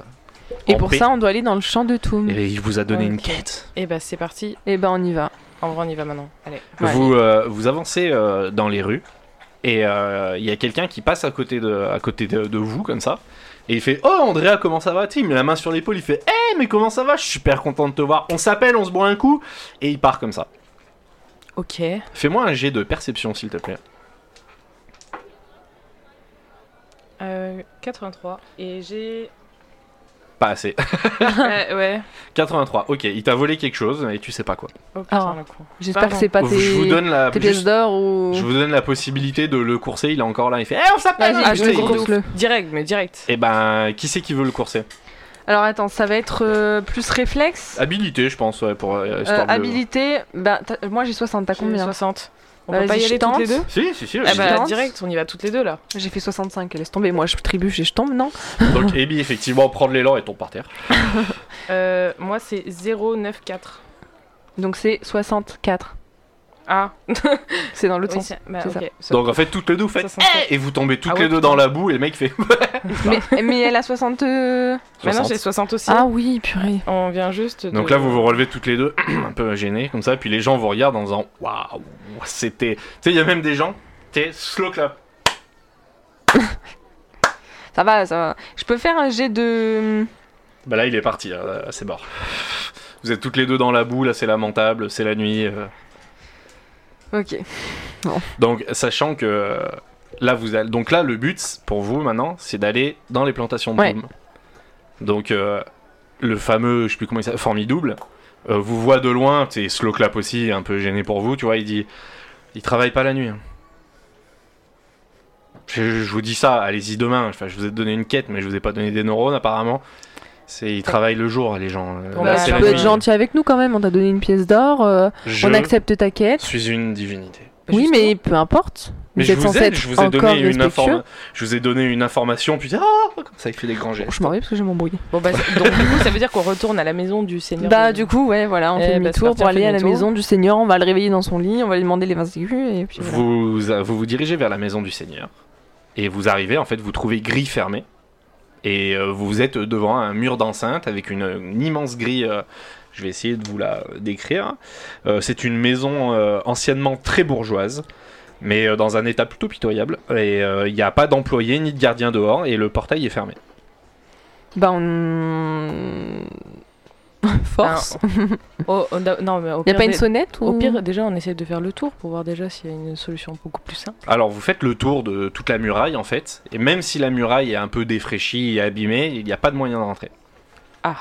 S2: Et
S1: en
S2: pour
S1: paix.
S2: ça, on doit aller dans le champ de Toum.
S1: Et il vous a donné
S4: Ok.
S1: une quête.
S4: Et bah, c'est parti.
S2: Et ben on y va.
S4: En vrai, on y va maintenant. Allez.
S2: Ouais.
S1: Vous euh, vous avancez euh, dans les rues, et euh, il y a quelqu'un qui passe à côté de à côté de, de vous comme ça. Et il fait Oh Andrea, comment ça va Tu sais, Il met la main sur l'épaule, il fait Hé, mais comment ça va Je suis super content de te voir. On s'appelle, on se boit un coup. Et il part comme ça.
S4: Ok.
S1: Fais-moi un jet de perception, s'il te plaît.
S4: Euh, 83. Et j'ai.
S1: Pas assez.
S4: Euh, ouais.
S1: 83, ok, il t'a volé quelque chose et tu sais pas quoi.
S4: Oh putain,
S2: Ah.
S4: le con.
S2: J'espère que
S4: Pardon.
S2: c'est pas Bah, tes,
S1: je vous donne la
S2: tes pièces
S1: juste-
S2: d'or ou.
S1: je vous donne la possibilité de le courser, il est encore là, il fait Eh on s'appelle
S2: Vas-y,
S1: hein,
S2: ah, je
S1: putain,
S2: le
S1: il-
S2: course le.
S4: Direct, mais direct.
S1: Eh ben, qui c'est qui veut le courser
S2: Alors attends, ça va être euh, plus réflexe,
S1: Habilité, je pense, Ah, ouais, pour euh,
S2: euh,
S1: histoire de-
S2: habilité. Bah, t'as- moi j'ai 60, t'as
S4: J'ai
S2: combien
S4: 60. On
S2: Bah,
S4: peut pas
S2: vas-y,
S4: y
S2: je
S4: aller
S2: tente.
S4: toutes les deux
S1: Si, si,
S2: Eh
S1: si.
S4: Ah
S1: je-
S4: bah,
S2: tente.
S4: direct, on y va toutes les deux là.
S2: J'ai fait 65, laisse tomber. Moi je trébuche et je tombe, non
S1: Donc, Ebi, effectivement, prendre l'élan et tombe par terre.
S4: Euh, moi, c'est 094.
S2: Donc c'est 64.
S4: Ah,
S2: C'est dans l'autre
S4: oui,
S2: sens.
S4: c'est- bah,
S2: c'est ça.
S4: ok. Ça-
S1: Donc en fait, toutes les deux, vous
S4: ça
S1: faites
S4: sent ça.
S1: et vous tombez toutes
S4: Ah
S1: les
S4: ouais,
S1: deux dans la boue et le mec fait.
S2: Mais, mais elle a 60. euh,
S4: Maintenant
S1: 60.
S4: j'ai 60 aussi.
S2: Ah oui, purée.
S4: On vient juste. de-
S1: Donc là, vous vous relevez toutes les deux, un peu gêné comme ça, puis les gens vous regardent en disant Waouh, c'était. Tu sais, il y a même des gens, t'es slow clap.
S2: Ça va, ça va. Je peux faire un jet de.
S1: Bah là, il est parti, là, là, c'est mort. Vous êtes toutes les deux dans la boue, là, c'est lamentable, c'est la nuit. euh.
S2: Ok.
S1: Donc, sachant que. euh, Là, vous allez... Donc là, le but pour vous maintenant, c'est d'aller dans les plantations de
S2: Ouais.
S1: pommes. Donc, euh, le fameux, je sais plus comment il s'appelle, formidouble, euh, vous voit de loin, c'est slow clap aussi, un peu gêné pour vous, tu vois, il dit Il travaille pas la nuit. hein. Je, je vous dis ça, allez-y demain. Enfin, je vous ai donné une quête, mais je vous ai pas donné des neurones apparemment. C'est, ils travaillent le jour, les gens. Euh,
S4: Bon,
S1: là,
S4: bah,
S1: c'est
S4: tu
S2: Tu
S1: la
S2: peux
S1: nuit.
S2: être gentil avec nous quand même, on t'a donné une pièce d'or, euh,
S1: Je
S2: on accepte ta quête.
S1: suis une divinité.
S4: Bah,
S2: oui,
S4: justement.
S2: mais peu importe.
S1: Mais
S2: vous
S1: je
S2: êtes
S1: vous
S2: censé
S1: aide,
S2: être
S1: je vous ai
S2: encore
S1: donné une
S2: respectueux.
S1: information. Je vous ai donné une information, puis ah, comme ça il fait des grands
S4: Bah,
S1: gestes.
S2: Je m'en vais parce que j'ai mon bruit.
S4: Bon, bah, c'est- donc, du coup, ça veut dire qu'on retourne à la maison du Seigneur.
S2: Bah
S4: des-
S2: du coup ouais voilà on
S4: Eh,
S2: fait
S4: bah, c'est
S2: demi-tour
S4: parti,
S2: pour
S4: on
S2: aller
S4: fait
S2: à la
S4: demi-tour.
S2: maison du Seigneur, on va le réveiller dans son lit, on va lui demander les 20 écus et puis voilà.
S1: Vous, vous vous dirigez vers la maison du Seigneur et vous arrivez en fait, vous trouvez grille fermée et euh, vous êtes devant un mur d'enceinte avec une, une immense grille. euh, je vais essayer de vous la décrire. Euh, c'est une maison euh, anciennement très bourgeoise. Mais euh, dans un état plutôt pitoyable, et euh, il n'y a pas d'employés ni de gardiens dehors, et le portail est fermé.
S2: Bah on force.
S4: Oh, oh, non, non, mais au
S2: Il Ah, y
S4: pire
S2: a pas une
S4: des-
S2: sonnette ou
S4: Au pire, déjà, on essaie de faire le tour pour voir déjà s'il y a une solution beaucoup plus simple.
S1: Alors vous faites le tour de toute la muraille en fait, et même si la muraille est un peu défraîchie et abîmée, il n'y a pas de moyen de rentrer.
S4: Ah,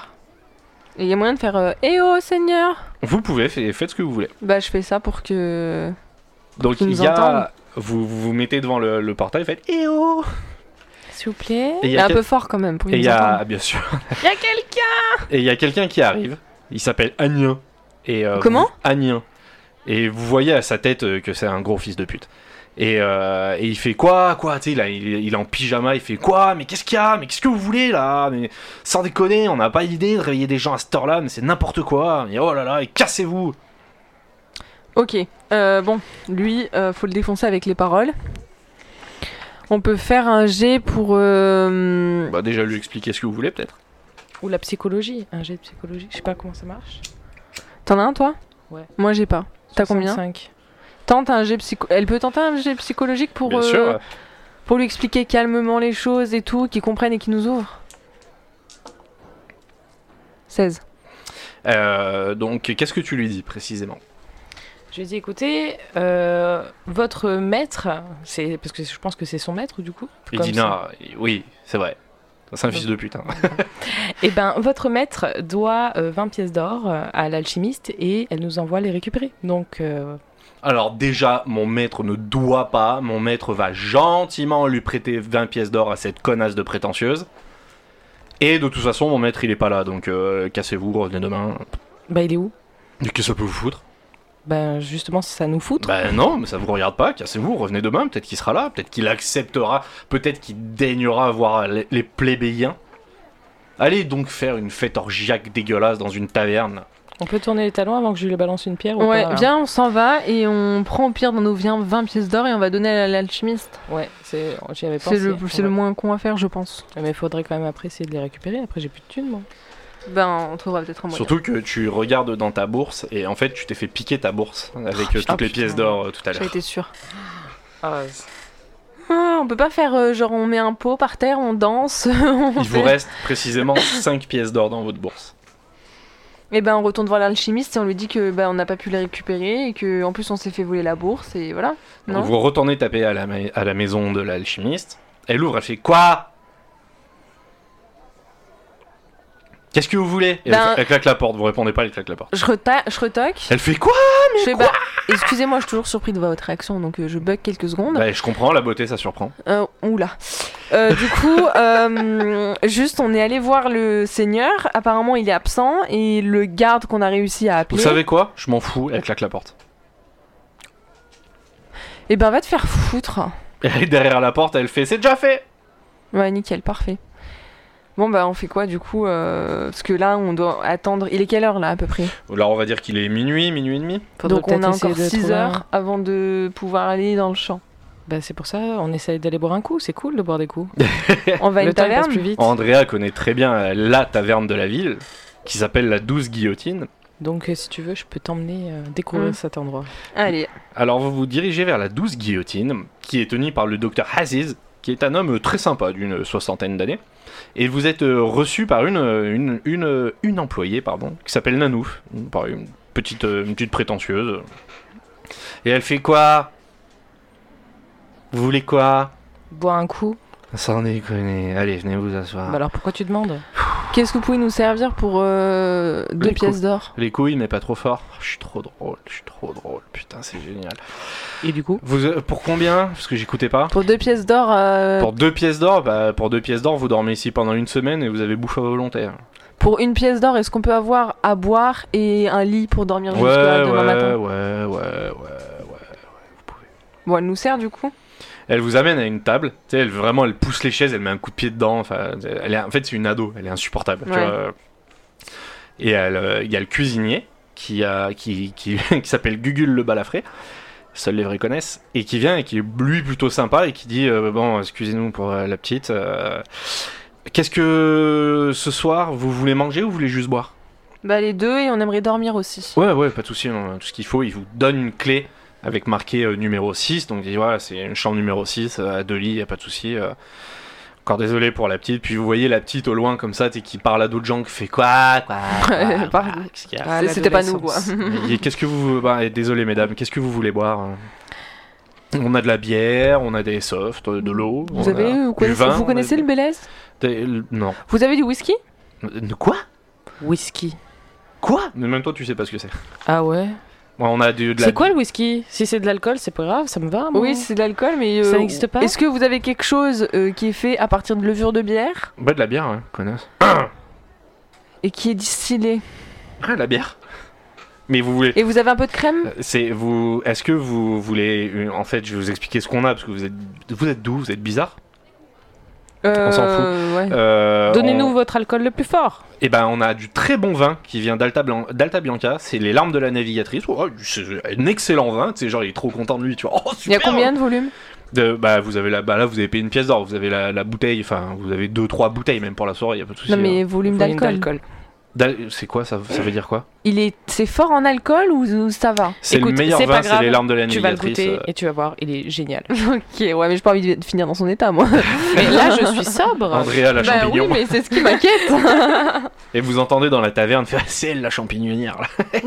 S2: Et il y a moyen de faire euh, Eh oh Seigneur
S1: Vous pouvez, fa- faites ce que vous voulez.
S2: Bah je fais ça pour que
S1: Donc
S2: Qu'ils
S1: il
S2: nous
S1: y
S2: entendent.
S1: a... Vous, vous vous mettez devant le, le portail, faites Eh oh
S4: s'il vous plaît.
S1: Et il y
S2: Mais
S1: a,
S2: un
S1: quel-
S2: peu fort quand même pour
S1: et il
S2: qu'ils
S1: y
S2: nous
S1: a-
S2: entendent.
S1: bien sûr.
S4: Il y a quelqu'un
S1: Et il y a quelqu'un qui arrive, il s'appelle Agnien. Et, euh,
S2: Comment
S1: vous- Agnien. Et vous voyez à sa tête euh, que c'est un gros fils de pute. Et, euh, et il fait quoi Quoi Tu sais, il, a- il, il est en pyjama, il fait quoi Mais qu'est-ce qu'il y a Mais qu'est-ce que vous voulez là Mais sans déconner, on n'a pas l'idée de réveiller des gens à cette heure-là, mais c'est n'importe quoi. Mais oh là là, et cassez-vous
S2: Ok, euh, bon, lui, euh, faut le défoncer avec les paroles. On peut faire un jet pour... euh,
S1: Bah déjà lui expliquer ce que vous voulez peut-être.
S4: Ou la psychologie, un jet de psychologie. Je sais pas comment ça marche.
S2: T'en as un toi
S4: Ouais.
S2: Moi j'ai pas. T'as combien
S4: 65.
S2: Tente un jet psycho... Elle peut tenter un jet psychologique pour,
S1: Bien
S2: euh,
S1: sûr.
S2: pour lui expliquer calmement les choses et tout, qu'il comprenne et qu'il nous ouvre. 16.
S1: Euh, donc qu'est-ce que tu lui dis précisément
S4: Je lui ai dit, écoutez, euh, votre maître, c'est parce que je pense que c'est son maître du coup.
S1: Il
S4: comme
S1: dit
S4: ça.
S1: non, oui, c'est vrai. C'est un fils de hein. putain.
S4: Eh ben, votre maître doit euh, 20 pièces d'or euh, à l'alchimiste et elle nous envoie les récupérer. Donc, euh,
S1: Alors déjà, mon maître ne doit pas, mon maître va gentiment lui prêter 20 pièces d'or à cette connasse de prétentieuse. Et de toute façon, mon maître il est pas là, donc euh, cassez-vous, revenez demain.
S4: bah, il est où
S1: Mais qu'est-ce que ça peut vous foutre
S4: Ben, justement, ça nous fout.
S1: Ben non, mais ça vous regarde pas, cassez-vous, revenez demain, peut-être qu'il sera là, peut-être qu'il acceptera, peut-être qu'il daignera voir les, les plébéiens. Allez donc faire une fête orgiaque dégueulasse dans une taverne.
S4: On peut tourner les talons avant que je lui balance une pierre ou
S2: ouais,
S4: pas
S2: viens, on s'en va et on prend au pire dans nos viens 20 pièces d'or et on va donner à l'alchimiste.
S4: Ouais, c'est, j'y avais
S2: C'est
S4: pensé.
S2: le, c'est le
S4: Ouais.
S2: moins con à faire, je pense.
S4: Mais faudrait quand même après essayer de les récupérer. Après, j'ai plus de thunes, moi.
S2: Ben, on trouvera peut-être un moyen.
S1: Surtout que tu regardes dans ta bourse et en fait tu t'es fait piquer ta bourse avec euh, toutes les
S4: Oh, putain.
S1: pièces d'or euh, tout à
S2: J'ai
S1: l'heure.
S2: été sûre.
S4: Ah,
S2: Ah, on peut pas faire euh, genre on met un pot par terre, on danse. on
S1: Il vous
S2: fait-
S1: reste précisément 5 pièces d'or dans votre bourse.
S2: Et ben on retourne voir l'alchimiste et on lui dit que ben, on n'a pas pu les récupérer et que en plus on s'est fait voler la bourse et voilà.
S1: Donc
S2: Non.
S1: vous retournez taper à la, ma- à la maison de l'alchimiste. Elle ouvre, elle fait quoi Qu'est-ce que vous voulez Et elle,
S2: Ben-
S1: elle claque la porte, vous répondez pas, elle claque la porte.
S2: Je, reta- je retoque.
S1: Elle fait Ah, quoi
S2: je fais, bah, excusez-moi, je suis toujours surpris de voir votre réaction donc euh, je bug quelques secondes.
S1: Bah, Je comprends, la beauté ça surprend.
S2: Euh, oula. Euh, du coup, euh, juste on est allé voir le seigneur. Apparemment il est absent et le garde qu'on a réussi à
S1: Vous
S2: appeler.
S1: savez quoi Je m'en fous, elle claque la porte.
S2: Et ben va te faire foutre.
S1: Elle est derrière la porte, elle fait c'est déjà fait
S2: Ouais, nickel, parfait. Bon, bah, on fait quoi du coup euh, Parce que là, on doit attendre. Il est quelle heure là à peu près
S1: Alors on va dire qu'il est minuit, minuit et demi.
S4: Faudrait
S2: Donc, on
S4: peut-être
S2: a
S4: essayer
S2: encore
S4: de
S2: 6
S4: trouver un-
S2: heures avant de pouvoir aller dans le champ.
S4: Bah, c'est pour ça, on essaye d'aller boire un coup. C'est cool de boire des coups.
S2: On va à Bah, une
S4: le temps il passe
S2: taverne
S4: plus vite.
S1: Andrea connaît très bien euh, la taverne de la ville, qui s'appelle la Douce Guillotine.
S4: Donc, euh, si tu veux, je peux t'emmener euh, découvrir
S2: Mm.
S4: cet endroit.
S2: Allez,
S1: Alors vous vous dirigez vers la douce guillotine, qui est tenue par le docteur Haziz, qui est un homme euh, très sympa d'une soixantaine d'années, et vous êtes euh, reçu par une, euh, une, une, euh, une employée pardon, qui s'appelle Nanouf, une, par- une petite, euh, une petite prétentieuse. Et elle fait quoi Vous voulez quoi
S4: Boire un coup
S1: Sans déconner, allez venez vous asseoir.
S4: Bah, alors pourquoi tu demandes
S2: qu'est-ce que vous pouvez nous servir pour euh, deux
S1: Les
S2: pièces d'or
S1: Les couilles mais pas trop fort. Oh, je suis trop drôle, je suis trop drôle, putain c'est génial.
S4: Et du coup
S1: Vous, euh, pour combien Parce que j'écoutais pas.
S2: Pour deux pièces d'or, euh,
S1: Pour deux pièces d'or, bah, pour deux pièces d'or, vous dormez ici pendant une semaine et vous avez bouffe à volonté. hein.
S2: pour une pièce d'or, est-ce qu'on peut avoir à boire et un lit pour dormir
S1: Ouais,
S2: jusqu'à
S1: ouais,
S2: demain
S1: ouais, ouais,
S2: matin
S1: ouais, ouais.
S2: Bon, elle nous sert du coup
S1: Elle vous amène à une table. Tu sais, elle vraiment, elle pousse les chaises, elle met un coup de pied dedans. Enfin, elle est, en fait, c'est une ado. Elle est insupportable. tu
S2: Ouais.
S1: vois. Et elle, euh, il y a le cuisinier qui a, qui, qui, qui s'appelle Gugul le balafré. Seuls les vrais connaissent. Et qui vient et qui est lui plutôt sympa et qui dit euh, bon, excusez-nous pour euh, la petite. euh, Qu'est-ce que ce soir vous voulez manger ou vous voulez juste boire?
S2: Bah, les deux, et on aimerait dormir aussi.
S1: Ouais, ouais, pas de souci, on a tout ce qu'il faut. Il vous donne une clé avec marqué euh, numéro 6. Donc, il dit, voilà, c'est une chambre numéro 6, euh, à deux lits, y a pas de souci. euh. Encore désolé pour la petite. Puis vous voyez la petite au loin, comme ça, t'es qui parle à d'autres gens, qui fait quoi, quoi, quoi, quoi,
S2: Pardon.
S1: qu'est-ce qu'il y a
S4: Ah,
S2: C'est- C'était pas nous, quoi.
S4: l'adolescence.
S1: Il dit, Qu'est-ce que vous. Bah, et désolé, mesdames, qu'est-ce que vous voulez boire hein on a de la bière, on a des softs, euh, de l'eau. on
S2: Vous, avez,
S1: a
S2: vous
S1: du
S2: connaissez,
S1: vin,
S2: vous
S1: on a
S2: connaissez le
S1: des-
S2: Belize
S1: des- euh, Non.
S2: Vous avez du whisky
S1: De quoi
S4: Whisky.
S1: Quoi Mais Même toi, tu sais pas ce que c'est.
S4: Ah ouais
S1: Bon, on a du- de la
S4: C'est quoi le whisky Si c'est de l'alcool, c'est pas grave, ça me va. moi.
S2: Oui, c'est de l'alcool, mais.
S4: Ça
S2: euh,
S4: n'existe pas
S2: Est-ce que vous avez quelque chose euh, qui est fait à partir de levure de bière
S1: Bah, de la bière, hein, connasse.
S2: et qui est distillée
S1: Ah, la bière. Mais vous voulez.
S2: Et vous avez un peu de crème
S1: Euh, C'est vous. Est-ce que vous voulez une- En fait, je vais vous expliquer ce qu'on a parce que vous êtes vous êtes d'où Vous êtes bizarre. on s'en fout.
S2: Euh, ouais.
S1: Euh,
S4: Donnez-nous
S1: on-
S4: votre alcool le plus fort.
S1: Eh ben, on a du très bon vin qui vient d'Alta Blan- d'Alta Bianca. C'est les larmes de la navigatrice. Oh, c'est un excellent vin. C'est genre il est trop content de lui. Tu vois. Oh,
S2: Il y a
S1: super.
S2: combien de volumes
S1: De- Bah, vous avez la. Bah là, vous avez payé une pièce d'or. Vous avez la, la bouteille. Enfin, vous avez deux trois bouteilles même pour la soirée. Y a pas de souci. hein.
S2: Non, mais volume
S4: Volume
S2: d'alcool.
S1: D'al- C'est quoi ça Ça veut dire quoi
S2: Il est, c'est fort en alcool ou, ou ça va
S1: C'est le
S4: Écoute,
S1: meilleur
S4: c'est pas
S1: vin. C'est
S4: grave,
S1: les larmes de la
S4: Tu vas le
S1: navigatrice.
S4: goûter
S1: euh.
S4: et tu vas voir, il est génial.
S2: Ok, ouais, mais j'ai pas envie de finir dans son état, moi.
S4: Mais là, je suis sobre.
S1: Andrea la
S2: bah
S1: champignon.
S2: oui, mais c'est ce qui m'inquiète.
S1: Et vous entendez dans la taverne faire c'est elle, la champignonnière là.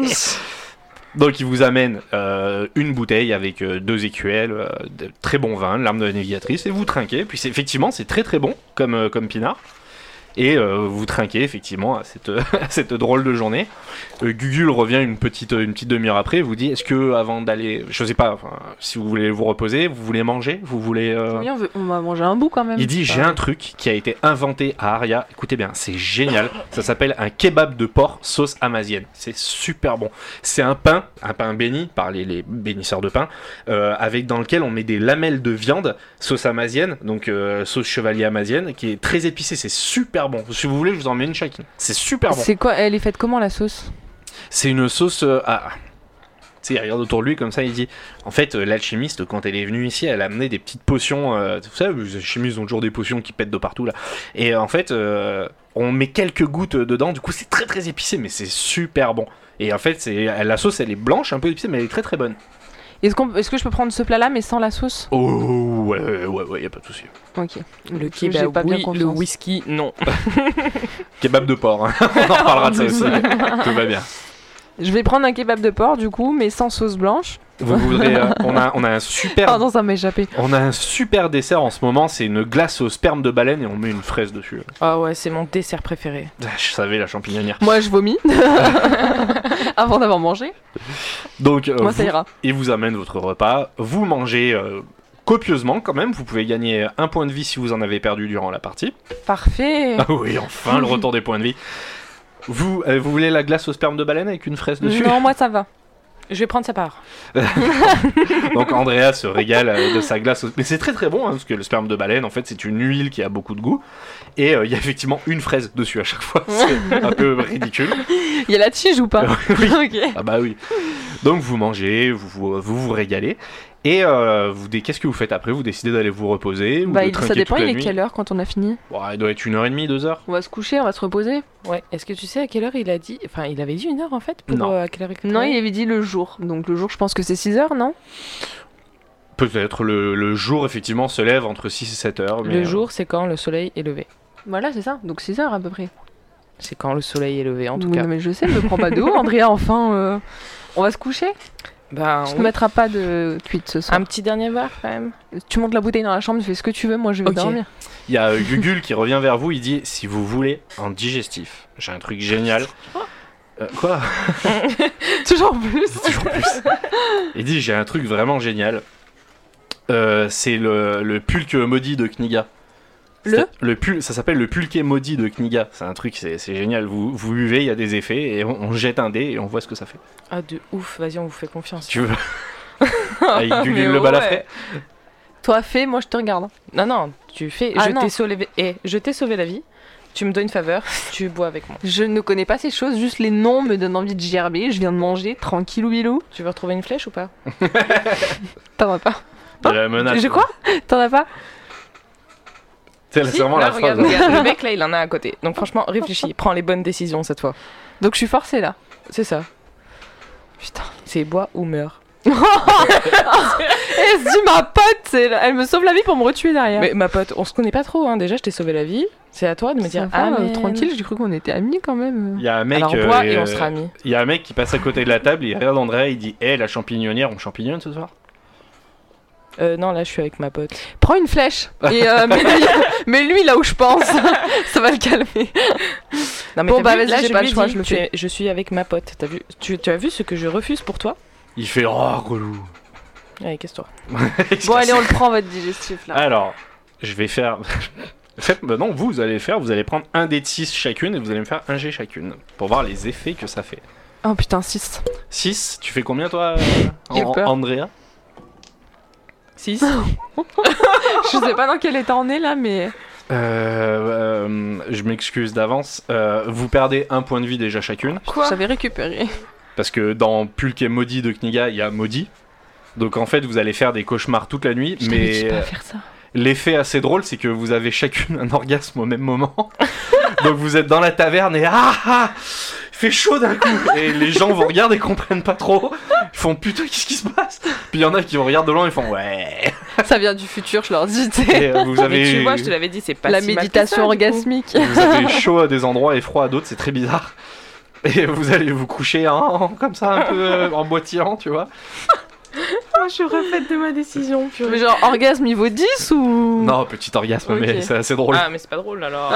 S1: Donc il vous amène euh, une bouteille avec euh, deux écuelles, euh, de très bon vin, l'arme de la navigatrice, et vous trinquez. Puis c'est- effectivement c'est très très bon comme, euh, comme pinard. Et euh, vous trinquez effectivement à cette, à cette drôle de journée. Euh, Gugul revient une petite, une petite demi-heure après et vous dit est-ce que avant d'aller, je sais pas, enfin, si vous voulez vous reposer, vous voulez manger, vous voulez... euh,
S2: Oui, on, veut- on va manger un bout quand même.
S1: il dit j'ai un truc qui a été inventé à Aria. Écoutez bien, c'est génial. Ça s'appelle un kebab de porc sauce amazienne. C'est super bon. C'est un pain, un pain béni par les, les bénisseurs de pain, euh, avec dans lequel on met des lamelles de viande sauce amazienne, donc euh, sauce chevalier amazienne, qui est très épicée. C'est super bon. Si vous voulez, je vous en mets une chacune. C'est super bon.
S2: C'est quoi Elle est faite comment la sauce
S1: C'est une sauce euh, à. Tu sais, il regarde autour de lui comme ça, il dit En fait, euh, l'alchimiste, quand elle est venue ici, elle a amené des petites potions. euh, vous savez, les alchimistes ont toujours des potions qui pètent de partout là. Et euh, en fait, euh, on met quelques gouttes euh, dedans, du coup, c'est très très épicé, mais c'est super bon. Et en fait, c'est la sauce, elle est blanche, un peu épicée, mais elle est très très bonne.
S2: Est-ce qu'on- est-ce que je peux prendre ce plat-là mais sans la sauce
S1: Oh, ouais, ouais, ouais, ouais, y a pas de souci.
S2: Ok.
S4: Le
S2: J'ai
S4: kebab,
S2: pas bien
S4: oui, le
S2: confiance.
S4: whisky, non.
S1: Kebab de porc, hein. on en reparlera de ça aussi. Tout va bien.
S2: Je vais prendre un kebab de porc du coup, mais sans sauce blanche.
S1: Vous voudrez. euh, on, a, on a un super.
S2: Pardon, ça m'a échappé.
S1: On a un super dessert en ce moment, c'est une glace au sperme de baleine et on met une fraise dessus.
S4: Ah ouais, c'est mon dessert préféré.
S1: Ah, Je savais la champignonnière.
S2: Moi, je vomis avant d'avoir mangé.
S1: Donc, euh,
S2: Moi,
S1: vous-
S2: ça ira.
S1: il vous amène votre repas. Vous mangez euh, copieusement quand même. Vous pouvez gagner un point de vie si vous en avez perdu durant la partie.
S2: Parfait.
S1: Ah oui, enfin le retour des points de vie. Vous, euh, vous voulez la glace au sperme de baleine avec une fraise dessus
S2: Non, moi, ça va.
S4: Je vais prendre sa part.
S1: Donc Andrea se régale euh, de sa glace. au- Mais c'est très très bon, hein, parce que le sperme de baleine, en fait, c'est une huile qui a beaucoup de goût. Et euh, il y a effectivement une fraise dessus à chaque fois. C'est un peu ridicule.
S2: Il y a la tige ou pas Ok.
S1: Ah bah oui. Donc vous mangez, vous vous, vous, vous régalez. Et euh, vous, dé- qu'est-ce que vous faites après Vous décidez d'aller vous reposer ou
S2: Bah,
S1: de
S2: il- ça
S1: trinquer
S2: dépend,
S1: toute
S2: il
S1: la
S2: est
S1: nuit
S2: quelle heure quand on a fini
S1: Bon, Il doit être une heure et demie, deux heures.
S2: On va se coucher, on va se reposer
S4: Ouais. Est-ce que tu sais à quelle heure il a dit Enfin, il avait dit une heure en fait pour
S1: Non.
S4: euh, à quelle heure il
S2: Non, il
S4: travaillait
S2: avait dit le jour. Donc le jour, je pense que c'est 6 heures, non
S1: Peut-être le, le jour, effectivement, se lève entre 6 et 7 heures. mais,
S4: Le
S1: euh,
S4: jour, c'est quand le soleil est levé.
S2: Voilà, c'est ça. Donc 6 heures à peu près.
S4: C'est quand le soleil est levé en tout
S2: Oui,
S4: cas.
S2: Non, mais je sais, ne me prends pas de haut, Andrea, enfin. euh, On va se coucher
S4: Ben,
S2: Tu
S4: oui.
S2: ne mettras pas de cuite ce soir.
S4: un petit dernier verre quand même.
S2: Tu montes la bouteille dans la chambre, tu fais ce que tu veux, moi je vais
S4: Ok.
S2: dormir.
S1: Il y a euh, Gugul qui revient vers vous, il dit Si vous voulez un digestif, j'ai un truc génial.
S2: Oh.
S1: Euh, quoi
S2: Toujours plus
S1: Toujours plus. Il dit J'ai un truc vraiment génial. Euh, c'est le, le pulque maudit de Kniga.
S2: Le
S1: C'est- le pul, Ça s'appelle le pulqué maudit de Kniga. C'est un truc, c'est c'est génial. Vous, vous buvez, il y a des effets, et on, on jette un dé et on voit ce que ça fait.
S4: Ah de ouf, vas-y, on vous fait confiance.
S1: Tu veux Avec
S4: Ah,
S1: Gugul le balafré
S2: Toi fais, moi je te regarde.
S4: Non non, tu fais
S2: Ah,
S4: je
S2: non.
S4: t'ai sauvé eh, je t'ai sauvé la vie. Tu me donnes une faveur, tu bois avec moi.
S2: Je ne connais pas ces choses, juste les noms me donnent envie de gerber. Je viens de manger, tranquille ou bilou.
S4: Tu veux retrouver une flèche ou pas
S2: T'en as pas
S4: Hein
S1: de la menace.
S2: Je crois T'en as pas
S1: C'est
S4: Si,
S1: vraiment
S4: là,
S1: la
S4: regarde,
S1: phrase.
S4: regarde, le mec là, il en a à côté. Donc franchement, réfléchis, prends les bonnes décisions cette fois.
S2: Donc je suis forcée là.
S4: C'est ça.
S2: Putain.
S4: C'est bois ou meurs.
S2: Elle se dit Eh, ma pote, c'est- elle me sauve la vie pour me retuer derrière.
S4: Mais ma pote, on se connaît pas trop hein. déjà, je t'ai sauvé la vie. C'est à toi de me dire ah
S2: Enfin, euh,
S4: mais
S2: tranquille, j'ai cru qu'on était amis quand même.
S1: Il y a un mec.
S4: Alors
S1: euh,
S4: bois et
S1: euh,
S4: on sera amis.
S1: Il y a un mec qui passe à côté de la table, il regarde André, il dit Hé, la champignonnière, on champignonne ce soir
S4: Euh, non, là je suis avec ma pote.
S2: Prends une flèche et euh, mets-lui mets-lui là où je pense. Ça va le calmer.
S4: Non,
S2: Bon,
S4: t'as
S2: bah,
S4: vu,
S2: vas-y,
S4: là,
S2: j'ai
S4: je
S2: pas
S4: lui
S2: le choix,
S4: dis,
S2: je le
S4: tu
S2: fais.
S4: es- Je suis avec ma pote. T'as vu tu, tu as vu ce que je refuse pour toi
S1: Il fait Oh, relou
S4: Allez, casse-toi.
S2: Bon allez, on le prend votre digestif là.
S1: Alors, je vais faire. Faites... bah non, vous, vous allez le faire, vous allez prendre un dé de 6 chacune et vous allez me faire un G chacune pour voir les effets que ça fait.
S4: Ah.
S2: Oh putain, 6.
S1: 6, tu fais combien toi, euh,
S2: J'ai
S1: An-
S2: peur.
S1: Andrea
S4: 6.
S2: je sais pas dans quel état on est là, mais.
S1: Euh, euh, Je m'excuse d'avance. Euh, vous perdez un point de vie déjà chacune
S2: Quoi J'avais récupéré.
S1: parce que dans Pulque et Maudit de Kniga, il y a Maudit. Donc en fait, vous allez faire des cauchemars toute la nuit,
S2: Je t'avais dit
S1: mais euh,
S2: pas à faire ça.
S1: L'effet assez drôle, c'est que vous avez chacune un orgasme au même moment. Donc vous êtes dans la taverne et ah, ah il fait chaud d'un coup. Et les gens vous regardent et comprennent pas trop. Ils font putain, qu'est-ce qui se passe Puis il y en a qui vous regardent de loin et font ouais.
S2: Ça vient du futur, je leur dis. tu sais.
S1: Et euh, vous avez,
S4: Ah, Mais tu vois, je te l'avais dit, c'est pas
S2: La
S4: si mal que
S2: méditation
S4: ça, du coup.
S2: orgasmique.
S1: vous avez chaud à des endroits et froid à d'autres, c'est très bizarre. Et vous allez vous coucher hein, comme ça, un peu euh, en boitillant, tu vois.
S4: Ah, je refais de ma décision.
S2: Mais genre orgasme niveau 10 ou
S1: Non, petit orgasme, mais
S2: Ok.
S1: c'est assez drôle.
S4: Ah, mais c'est pas drôle alors.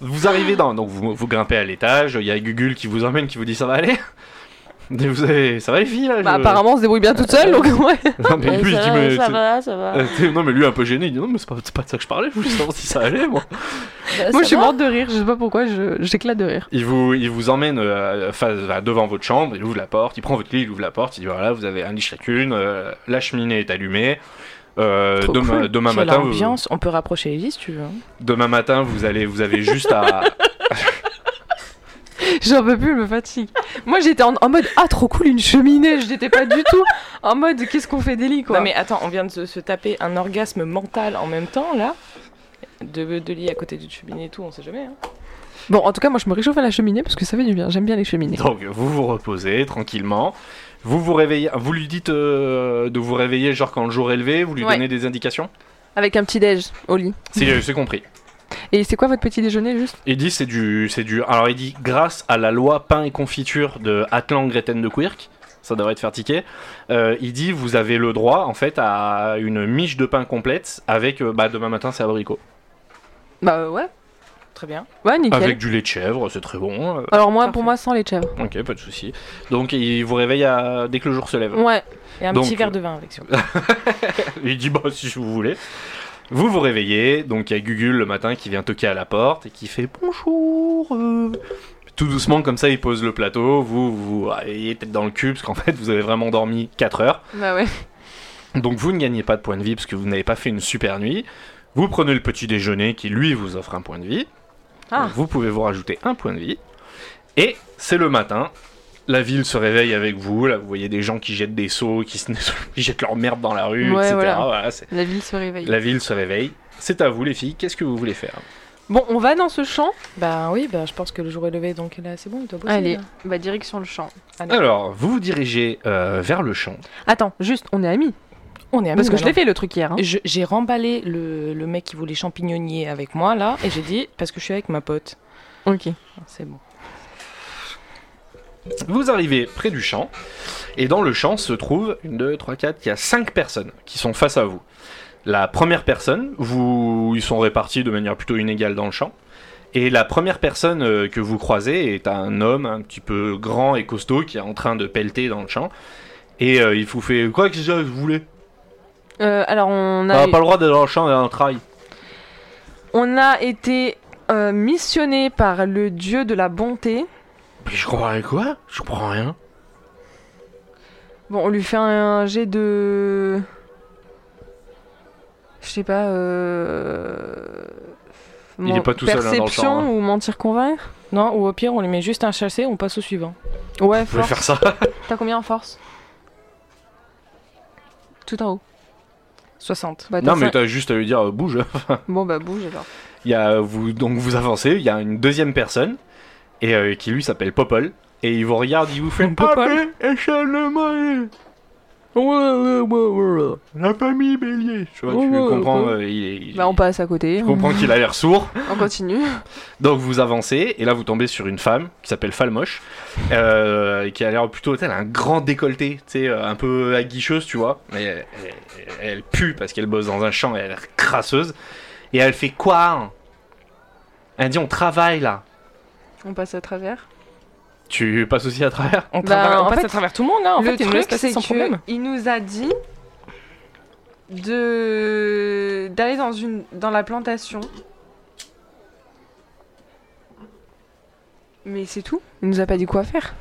S1: Vous arrivez dans, donc vous, vous grimpez à l'étage, il y a Gugul qui vous emmène, qui vous dit ça va aller. Mais vous avez, ça va les filles là
S2: Bah
S1: je-
S2: apparemment on se débrouille bien toute seule donc ouais.
S1: Non mais lui, il dit, mais
S4: ça
S1: t'es-
S4: va, ça va.
S1: euh, t'es- non, mais lui un peu gêné, il dit non mais c'est pas, c'est pas de ça que je parlais, je voulais savoir si ça allait moi.
S4: Bah,
S2: Moi je suis morte de rire, je sais pas pourquoi, je- j'éclate de rire.
S1: Il vous, il vous emmène euh, face- à- devant votre chambre, il ouvre la porte, il prend votre lit, il ouvre la porte, il dit voilà vous avez un lit chacune, euh, la cheminée est allumée. Euh,
S2: Trop
S1: demain,
S2: cool.
S1: demain
S4: Quelle
S1: matin, euh, vous-
S4: ambiance, on peut rapprocher les vis si tu veux. hein.
S1: demain matin, vous allez, vous avez juste à,
S2: J'en peux plus, elle me fatigue. Moi j'étais en, en mode ah trop cool une cheminée, j'étais pas du tout en mode qu'est-ce qu'on fait des lits quoi.
S4: Non mais attends, on vient de se, se taper un orgasme mental en même temps là. De, de lit à côté du cheminée et tout, on sait jamais. hein.
S2: Bon en tout cas moi je me réchauffe à la cheminée parce que ça fait du bien, j'aime bien les cheminées.
S1: Donc vous vous reposez tranquillement. Vous vous réveillez, vous lui dites euh, de vous réveiller genre quand le jour est levé, vous lui
S2: Ouais.
S1: donnez des indications
S2: Avec un petit déj au lit.
S1: C'est c'est compris.
S2: Et c'est quoi votre petit déjeuner juste
S1: Il dit c'est du c'est du alors il dit grâce à la loi pain et confiture de Atlan Greten de Quirk, ça devrait te faire tiquer. euh, il dit vous avez le droit en fait à une miche de pain complète avec euh, bah demain matin c'est abricot.
S2: Bah euh, ouais,
S4: Très bien.
S2: ouais nickel.
S1: Avec du lait de chèvre, c'est très bon. euh,
S2: Alors moi pour
S4: Parfait.
S2: moi sans les chèvres.
S1: OK, pas de souci. Donc il vous réveille à- dès que le jour se lève.
S2: Ouais.
S4: Et un
S1: Donc,
S4: petit
S1: euh,
S4: verre de vin avec ça.
S1: Il dit bah si vous voulez. Vous vous réveillez, donc il y a Gugul le matin qui vient toquer à la porte et qui fait bonjour. euh, Tout doucement, comme ça, il pose le plateau. Vous, vous allez peut-être dans le cul, parce qu'en fait, vous avez vraiment dormi 4 heures.
S2: Bah ouais.
S1: Donc vous ne gagnez pas de points de vie parce que vous n'avez pas fait une super nuit. Vous prenez le petit déjeuner qui lui vous offre un point de vie.
S2: Ah.
S1: Donc, vous pouvez vous rajouter un point de vie. Et c'est le matin. La ville se réveille avec vous. Là, vous voyez des gens qui jettent des seaux, qui, se- qui jettent leur merde dans la rue,
S2: Ouais,
S1: etc.
S2: voilà.
S1: Voilà, c'est-
S2: La ville se réveille.
S1: la ville se réveille. C'est à vous les filles. Qu'est-ce que vous voulez faire
S2: Bon, on va dans ce champ.
S4: Bah oui, bah, je pense que le jour est levé, donc là c'est bon, il doit bosser.
S2: Allez,
S4: là.
S2: bah direction le champ.
S1: Alors, vous vous dirigez euh, vers le champ.
S2: Attends, juste, on est amis.
S4: On est amis.
S2: Parce que je l'ai
S4: maintenant.
S2: fait le truc hier. hein.
S4: Je- J'ai remballé le, le mec qui voulait champignonnier avec moi là, et j'ai dit parce que je suis avec ma pote. Ah,
S2: Ok.
S4: C'est bon.
S1: Vous arrivez près du champ, et dans le champ se trouve une, deux, trois, quatre, il y a cinq personnes qui sont face à vous. La première personne, vous, ils sont répartis de manière plutôt inégale dans le champ, et la première personne euh, que vous croisez est un homme un petit peu grand et costaud qui est en train de pelleter dans le champ, et euh, il vous fait quoi que je voulais
S2: Euh, alors, on
S1: On
S2: a,
S1: n'a Ah, pas le droit d'aller dans le champ et dans le trail.
S2: on a été euh, missionné par le dieu de la bonté.
S1: Mais je comprends rien quoi Je comprends rien.
S2: Bon, on lui fait un jet de. Je sais pas. Euh...
S1: Il est
S2: mon-
S1: pas tout seul, hein, dans le champ,
S2: Perception
S1: hein.
S2: ou mentir convaincre
S4: Non, ou au pire, on lui met juste un chassé, on passe au suivant.
S2: Ouais,
S1: Vous pouvez
S2: force.
S1: faire ça
S2: T'as combien en force Tout en haut.
S4: 60.
S2: Bah,
S1: Non
S2: t'as
S1: mais
S2: cinq.
S1: t'as juste à lui dire euh, bouge.
S2: Bon, bah bouge alors.
S1: Il y a vous, donc vous avancez, il y a une deuxième personne et euh, qui lui s'appelle Popol et il vous regarde, il vous fait Ah,
S4: Popol
S1: Appelez échalement, la famille Bélier. Je vois, tu
S4: Ouais, ouais,
S1: comprends,
S4: ouais.
S1: euh, il, est- il-
S2: Bah, on passe à côté.
S1: tu comprends qu'il a l'air sourd.
S2: On continue.
S1: Donc vous avancez et là vous tombez sur une femme qui s'appelle Falmoche euh, qui a l'air plutôt elle a un grand décolleté, tu sais, euh, un peu aguicheuse, tu vois. Mais elle, elle- elle pue parce qu'elle bosse dans un champ et elle a l'air crasseuse. Et elle fait quoi hein Elle dit on travaille là.
S2: On passe à travers.
S1: Tu passes aussi à travers
S4: On,
S2: Bah,
S4: traverse- on
S2: en
S4: passe
S2: fait,
S4: à travers tout le monde là, en
S2: le
S4: fait, il nous laisse
S2: truc,
S4: passer
S2: c'est
S4: sans problème.
S2: qu'il nous a dit de d'aller dans une dans la plantation. Mais c'est tout. Il nous a pas dit quoi faire.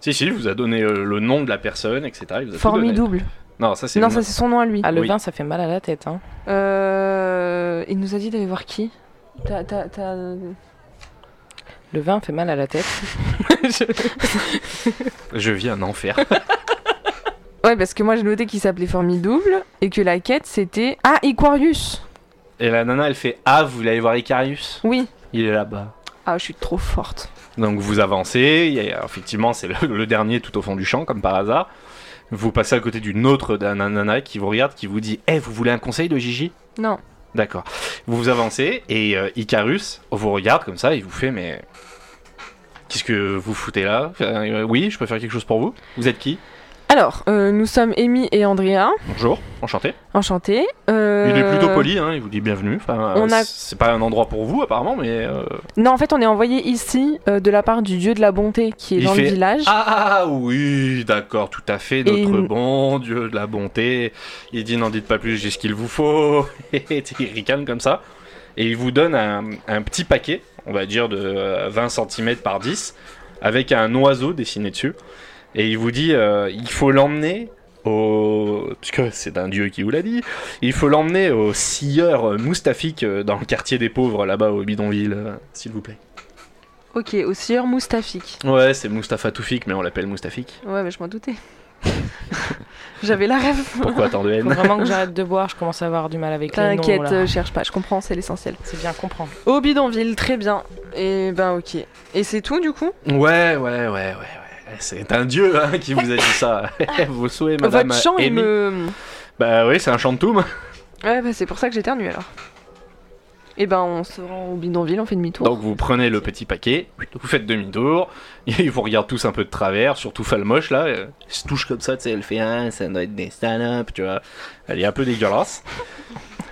S1: Si, si, il vous a donné euh, le nom de la personne, etc. Il vous a tout donné.
S2: Formidouble.
S1: Non, ça c'est.
S2: Non,
S1: une-
S2: ça c'est son nom à lui.
S4: Ah, le
S1: Oui.
S4: vin, ça fait mal à la tête. Hein.
S2: Euh, il nous a dit d'aller voir qui T'as- t'as- t'as-
S4: Le vin fait mal à la tête. Je-
S1: Je vis un enfer.
S2: Ouais, parce que moi j'ai noté qu'il s'appelait Formidouble et que la quête c'était Ah, Iquarius.
S1: et la nana elle fait Ah, vous voulez aller voir Icarius
S2: Oui.
S1: Il est là-bas.
S2: Ah, je suis trop forte.
S1: Donc vous avancez, il y a- effectivement c'est le, le dernier tout au fond du champ comme par hasard. Vous passez à côté d'une autre d'un d'un nana qui vous regarde, qui vous dit Eh, vous voulez un conseil de Gigi
S2: Non.
S1: D'accord. Vous vous avancez et euh, Icarus vous regarde comme ça, il vous fait Mais. Qu'est-ce que vous foutez là Euh, Oui, je peux faire quelque chose pour vous Vous êtes qui
S2: Alors, euh, nous sommes Amy et Andrea.
S1: Bonjour, enchanté.
S2: Enchanté. Euh,
S1: Il est plutôt poli, hein, il vous dit bienvenue. Enfin,
S2: on
S1: euh,
S2: a-
S1: C'est pas un endroit pour vous apparemment, mais. euh,
S2: Non, en fait, on est envoyé ici euh, de la part du dieu de la bonté qui est
S1: Il
S2: dans
S1: fait-
S2: le village.
S1: Ah oui, d'accord, tout à fait, notre
S2: Et une-
S1: bon Dieu de la bonté. Il dit n'en dites pas plus, j'ai ce qu'il vous faut. Et il ricane comme ça. Et il vous donne un, un petit paquet, on va dire de euh, 20 cm par 10, avec un oiseau dessiné dessus. Et il vous dit, euh, il faut l'emmener au... Parce que c'est un dieu qui vous l'a dit. Il faut l'emmener au scieur euh, moustafik euh, dans le quartier des pauvres, là-bas au bidonville, euh, s'il vous plaît.
S2: Ok, au sieur Moustafik.
S1: Ouais, c'est Mustapha Toufik, mais on l'appelle Moustafik.
S2: Ouais, mais je m'en doutais. J'avais la rêve.
S1: Pourquoi tant de
S4: Faut
S1: haine
S4: vraiment que j'arrête de boire, je commence à avoir du mal avec les noms.
S2: T'inquiète,
S4: là.
S2: euh, cherche pas, je comprends, c'est l'essentiel.
S4: C'est bien comprendre.
S2: Au bidonville, très bien. Et ben ok. Et c'est tout du coup
S1: Ouais, ouais, ouais, ouais, ouais. C'est un dieu hein, qui vous a dit ça. Vos souhaits, madame.
S2: Votre chant, il
S1: Amy.
S2: me.
S1: Bah oui, c'est un chantoum.
S2: Ouais, bah c'est pour ça que j'éternue alors. Et ben on se rend au bidonville, on fait demi-tour.
S1: Donc vous prenez le petit paquet, vous faites demi-tour, ils vous regardent tous un peu de travers, surtout Falmoche là, euh, elle se touche comme ça, tu sais, elle fait un, ça doit être des salopes, tu vois. Elle est un peu dégueulasse.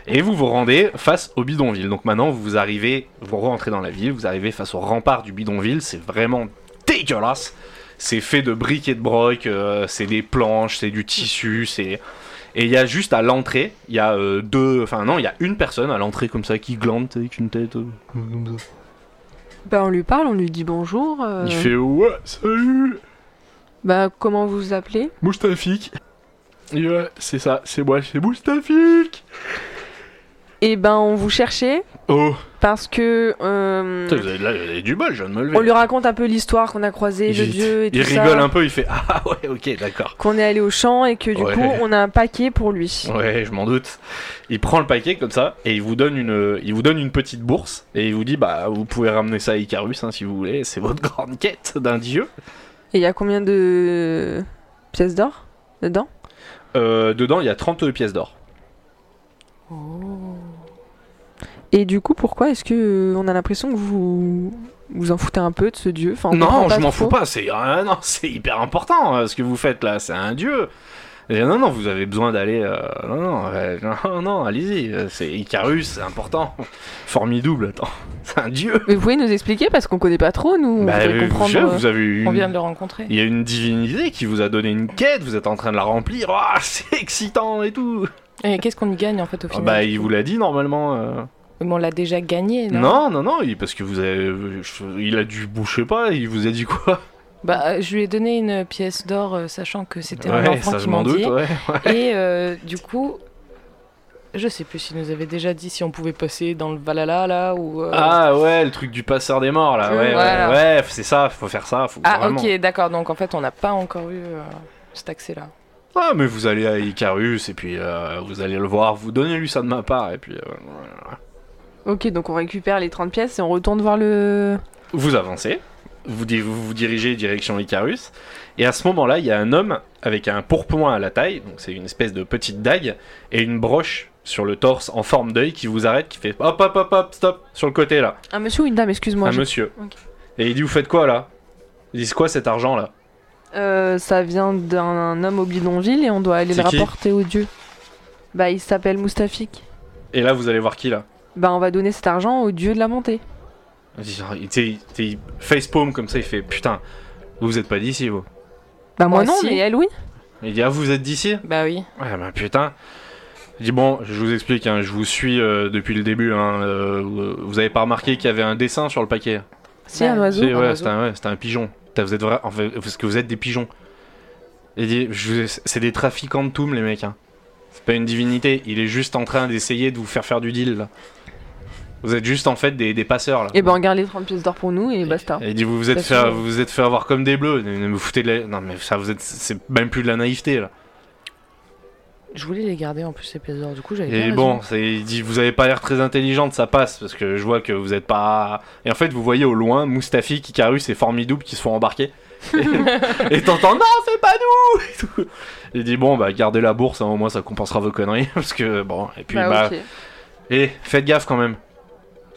S1: Et vous vous rendez face au bidonville. Donc maintenant vous arrivez, vous rentrez dans la ville, vous arrivez face au rempart du bidonville, c'est vraiment dégueulasse. C'est fait de briques et de broc, euh, c'est des planches, c'est du tissu, c'est... Et il y a juste à l'entrée, il y a euh, deux... Enfin non, il y a une personne à l'entrée comme ça qui glande tu sais, avec une tête... euh, comme ça.
S2: Bah, on lui parle, on lui dit bonjour. euh,
S1: Il fait ouais, salut,
S2: Bah, comment vous vous appelez
S1: Moustafik. Et ouais, c'est ça, c'est moi, c'est Moustafik.
S2: Eh ben, on vous cherchait
S1: Oh,
S2: parce que. euh,
S1: putain, vous avez, là, vous avez du bol, je viens de me lever.
S2: on lui raconte un peu l'histoire qu'on a croisé, le
S1: Il-
S2: dieu et tout
S1: il rigole
S2: ça.
S1: un peu, il fait ah ouais, ok, d'accord.
S2: Qu'on est allé au champ et que du
S1: Ouais.
S2: coup, on a un paquet pour lui.
S1: Ouais, je m'en doute. Il prend le paquet comme ça et il vous donne une, il vous donne une petite bourse et il vous dit bah vous pouvez ramener ça à Icarus hein, si vous voulez. C'est votre grande quête d'un dieu.
S2: Et il y a combien de pièces d'or dedans
S1: Euh, dedans, il y a 32 pièces d'or. Oh.
S2: Et du coup, pourquoi est-ce que euh, on a l'impression que vous vous en foutez un peu de ce dieu Enfin, on comprend
S1: Non, je m'en
S2: trop.
S1: fous pas. C'est ah, non, c'est hyper important euh, ce que vous faites là. C'est un dieu. Et non, non, vous avez besoin d'aller. euh, non, non, euh, non, non, allez-y. euh, C'est Icarus, c'est important. Formidouble, attends. C'est un dieu.
S2: Mais vous pouvez nous expliquer parce qu'on connaît pas trop, nous. on
S1: Bah,
S2: voudrait
S1: euh,
S2: comprendre.
S1: chef,
S2: euh,
S1: vous avez eu
S4: On
S1: une
S4: vient de le rencontrer.
S1: Il y a une divinité qui vous a donné une quête, vous êtes en train de la remplir, Ah, c'est excitant et tout.
S4: Et qu'est-ce qu'on y gagne en fait au
S1: Ah
S4: final
S1: bah, il vous l'a dit normalement. euh.
S4: Mais on l'a déjà gagné, non
S1: Non, non, non, il- parce que vous avez, euh, je- il a dû boucher pas, il vous a dit quoi
S4: Bah, euh, je lui ai donné une pièce d'or, euh, sachant que c'était un
S1: Ouais,
S4: enfant
S1: ça
S4: qui
S1: je m'en doute,
S4: mendiait.
S1: ouais.
S4: Et euh, du coup, je sais plus s'il nous avait déjà dit si on pouvait passer dans le Valhalla là ou. euh,
S1: Ah ouais, le truc du passeur des morts là,
S4: Euh,
S1: ouais,
S4: voilà.
S1: ouais, ouais, c'est ça, faut faire ça, faut
S4: Ah,
S1: vraiment.
S4: ok, d'accord. Donc en fait, on n'a pas encore eu euh, cet accès-là.
S1: Ah, mais vous allez à Icarus et puis euh, vous allez le voir, vous donnez lui ça de ma part et puis euh, voilà.
S2: Ok, donc on récupère les 30 pièces et on retourne voir le.
S1: vous avancez, vous, di- vous vous dirigez direction Icarus, et à ce moment-là, il y a un homme avec un pourpoint à la taille, donc c'est une espèce de petite dague, et une broche sur le torse en forme d'œil qui vous arrête, qui fait hop hop hop hop, stop, sur le côté là,
S2: Un monsieur ou une dame, excuse-moi.
S1: un
S2: je-
S1: monsieur.
S2: Ok.
S1: Et il dit Vous faites quoi là Ils disent quoi cet argent là
S2: Euh, ça vient d'un homme au bidonville et on doit aller le
S1: C'est qui
S2: rapporter au dieu. Bah, il s'appelle Moustafik.
S1: Et là, vous allez voir qui là
S2: Bah, on va donner cet argent au dieu de la montée.
S1: Il dit, genre, il- tu sais, il- tu sais, il face palm comme ça, il fait Putain, vous vous êtes pas d'ici vous
S2: Bah, moi,
S4: Moi
S2: non,
S4: si.
S2: mais elle, oui.
S1: Il dit Ah, vous êtes d'ici
S4: Bah oui.
S1: Ouais, bah putain. Il dit bon, je vous explique, hein, je vous suis euh, depuis le début. hein, euh, vous- vous avez pas remarqué qu'il y avait un dessin sur le paquet
S2: Si, un
S4: Bah,
S2: oiseau.
S1: Si,
S4: un
S1: ouais,
S4: oiseau.
S1: c'était un, ouais, c'était un pigeon. Putain, Vous êtes vrai, en fait, parce que vous êtes des pigeons. Il dit je vous ai- c'est des trafiquants de toum, les mecs. hein. C'est pas une divinité, il est juste en train d'essayer de vous faire faire du deal. Là. Vous êtes juste en fait des, des passeurs là.
S2: Et ben, on garde les 30 pièces d'or pour nous et basta.
S1: Et il dit vous vous êtes
S2: Parce que-
S1: fait, vous vous êtes fait avoir comme des bleus. Ne- ne Vous foutez de la... Non mais ça vous êtes c'est même plus de la naïveté là.
S4: Je voulais les garder en plus ces pièces d'or. Du coup, j'avais. bien
S1: Et
S4: raison.
S1: bon, c'est- il dit vous avez pas l'air très intelligente, ça passe parce que je vois que vous êtes pas. Et en fait, vous voyez au loin Moustafi, Kikarus et Formidouble qui se font embarquer. Et- et t'entends non, c'est pas nous. Et tout. Il dit bon bah gardez la bourse, hein, au moins ça compensera vos conneries parce que bon et puis bah,
S2: Bah, ok.
S1: et faites gaffe quand même.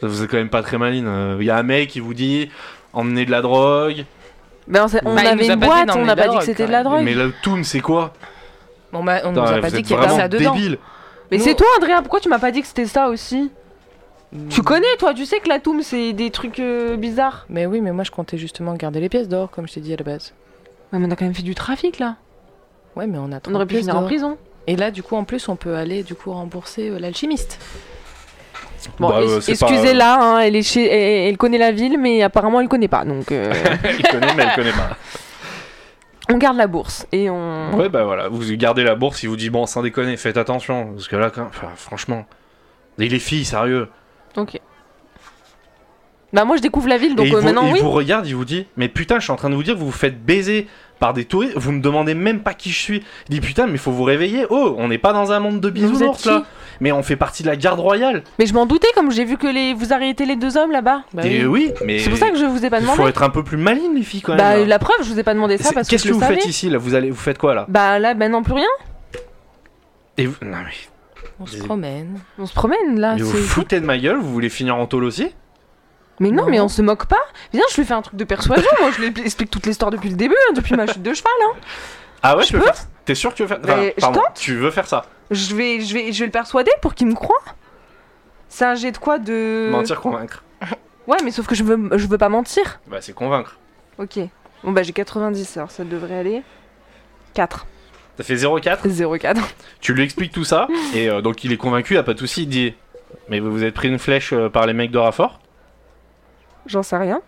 S1: Vous êtes quand même pas très maline. Euh, Il y a un mec qui vous dit emmenez de la drogue.
S2: Bah, on, sait- on
S4: Bah, il
S2: avait
S4: nous a
S2: une
S4: pas dit
S2: boîte,
S4: d'emmener
S2: on
S4: de la
S2: n'a pas dit
S4: drogue,
S2: que c'était
S4: quand
S2: de la
S4: même.
S2: drogue.
S1: Mais
S2: Mais,
S1: le toum c'est quoi
S4: On, m'a- bah, on nous
S1: Putain,
S4: a pas
S1: Vous
S4: dit
S1: êtes
S4: qu'il y avait
S1: vraiment
S4: ça dedans.
S1: débile.
S4: Nous-
S2: c'est toi, Andrea, pourquoi tu m'as pas dit que c'était ça aussi Tu
S4: Mm.
S2: connais, toi, tu sais que la toum, c'est des trucs euh, bizarres.
S4: Mais oui, mais moi, je comptais justement garder les pièces d'or, comme je t'ai dit à la base.
S2: Ouais, mais on a quand même fait du trafic là.
S4: Ouais, mais on a.
S2: On aurait pu
S4: 30 pièces
S2: finir en
S4: d'or.
S2: prison.
S4: Et là, du coup, en plus, on peut aller du coup rembourser euh, l'alchimiste.
S2: Bon,
S1: Bah,
S2: es-
S1: euh, c'est pas-
S2: excusez-la, hein, elle, est chez... elle, elle connaît la ville, mais apparemment elle connaît pas. Donc, euh,
S1: Il connaît mais elle connaît pas.
S2: on garde la bourse et on.
S1: Ouais, bah voilà, vous gardez la bourse, il vous dit bon, sans déconner, faites attention, parce que là, quand... enfin, franchement, et les filles, sérieux.
S2: Ok. Bah, moi je découvre la ville, donc
S1: et il,
S2: euh,
S1: vous,
S2: maintenant
S1: il
S2: oui.
S1: vous regarde, il vous dit, mais putain, je suis en train de vous dire, vous vous faites baiser par des touristes, vous me demandez même pas qui je suis. Il dit putain, mais faut vous réveiller, oh, on n'est pas dans un monde de
S2: Mais vous
S1: bisounours
S2: êtes
S1: là,
S2: qui
S1: mais on fait partie de la garde royale.
S2: Mais je m'en doutais, comme j'ai vu que les... vous arrêtez les deux hommes là-bas.
S4: Bah
S1: et euh, oui, mais
S2: C'est pour ça que je vous ai pas
S1: il faut
S2: demandé.
S1: être un peu plus maligne, les filles, quand même.
S2: Bah,
S1: là.
S2: la preuve, je vous ai pas demandé ça
S1: C'est-
S2: parce que
S1: Qu'est-ce
S2: je
S1: que, vous
S2: le savais.
S1: faites ici là vous, allez, vous faites quoi là
S2: Bah, là maintenant plus rien.
S1: Et vous- non, mais,
S4: On se
S1: Des-
S4: promène.
S2: On se promène là.
S1: mais vous
S2: Ah, c'est-
S1: foutez de ma gueule, vous voulez finir en tôle aussi
S2: Mais non,
S4: Non.
S2: mais on se moque pas. Viens, je lui fais un truc de persuasion. moi je lui explique toute l'histoire depuis le début, hein, depuis ma chute de cheval. hein.
S1: Ah ouais,
S2: Je
S1: tu veux
S2: peux
S1: faire ça T'es sûr que tu veux faire
S2: Mais je
S1: pardon, tu veux faire ça
S2: Je vais, je vais, je vais le persuader pour qu'il me croie. C'est un jet de quoi de.
S1: Mentir, convaincre.
S2: Ouais, mais sauf que je veux, je veux pas mentir.
S1: Bah, c'est convaincre.
S2: Ok. Bon, bah j'ai 90, alors ça devrait aller. 4.
S1: Ça fait 0,4.
S2: 0,4.
S1: Tu lui expliques tout ça, et euh, donc il est convaincu, y a pas de souci, il dit Mais vous vous êtes pris une flèche euh, par les mecs de Raffort
S2: J'en sais rien.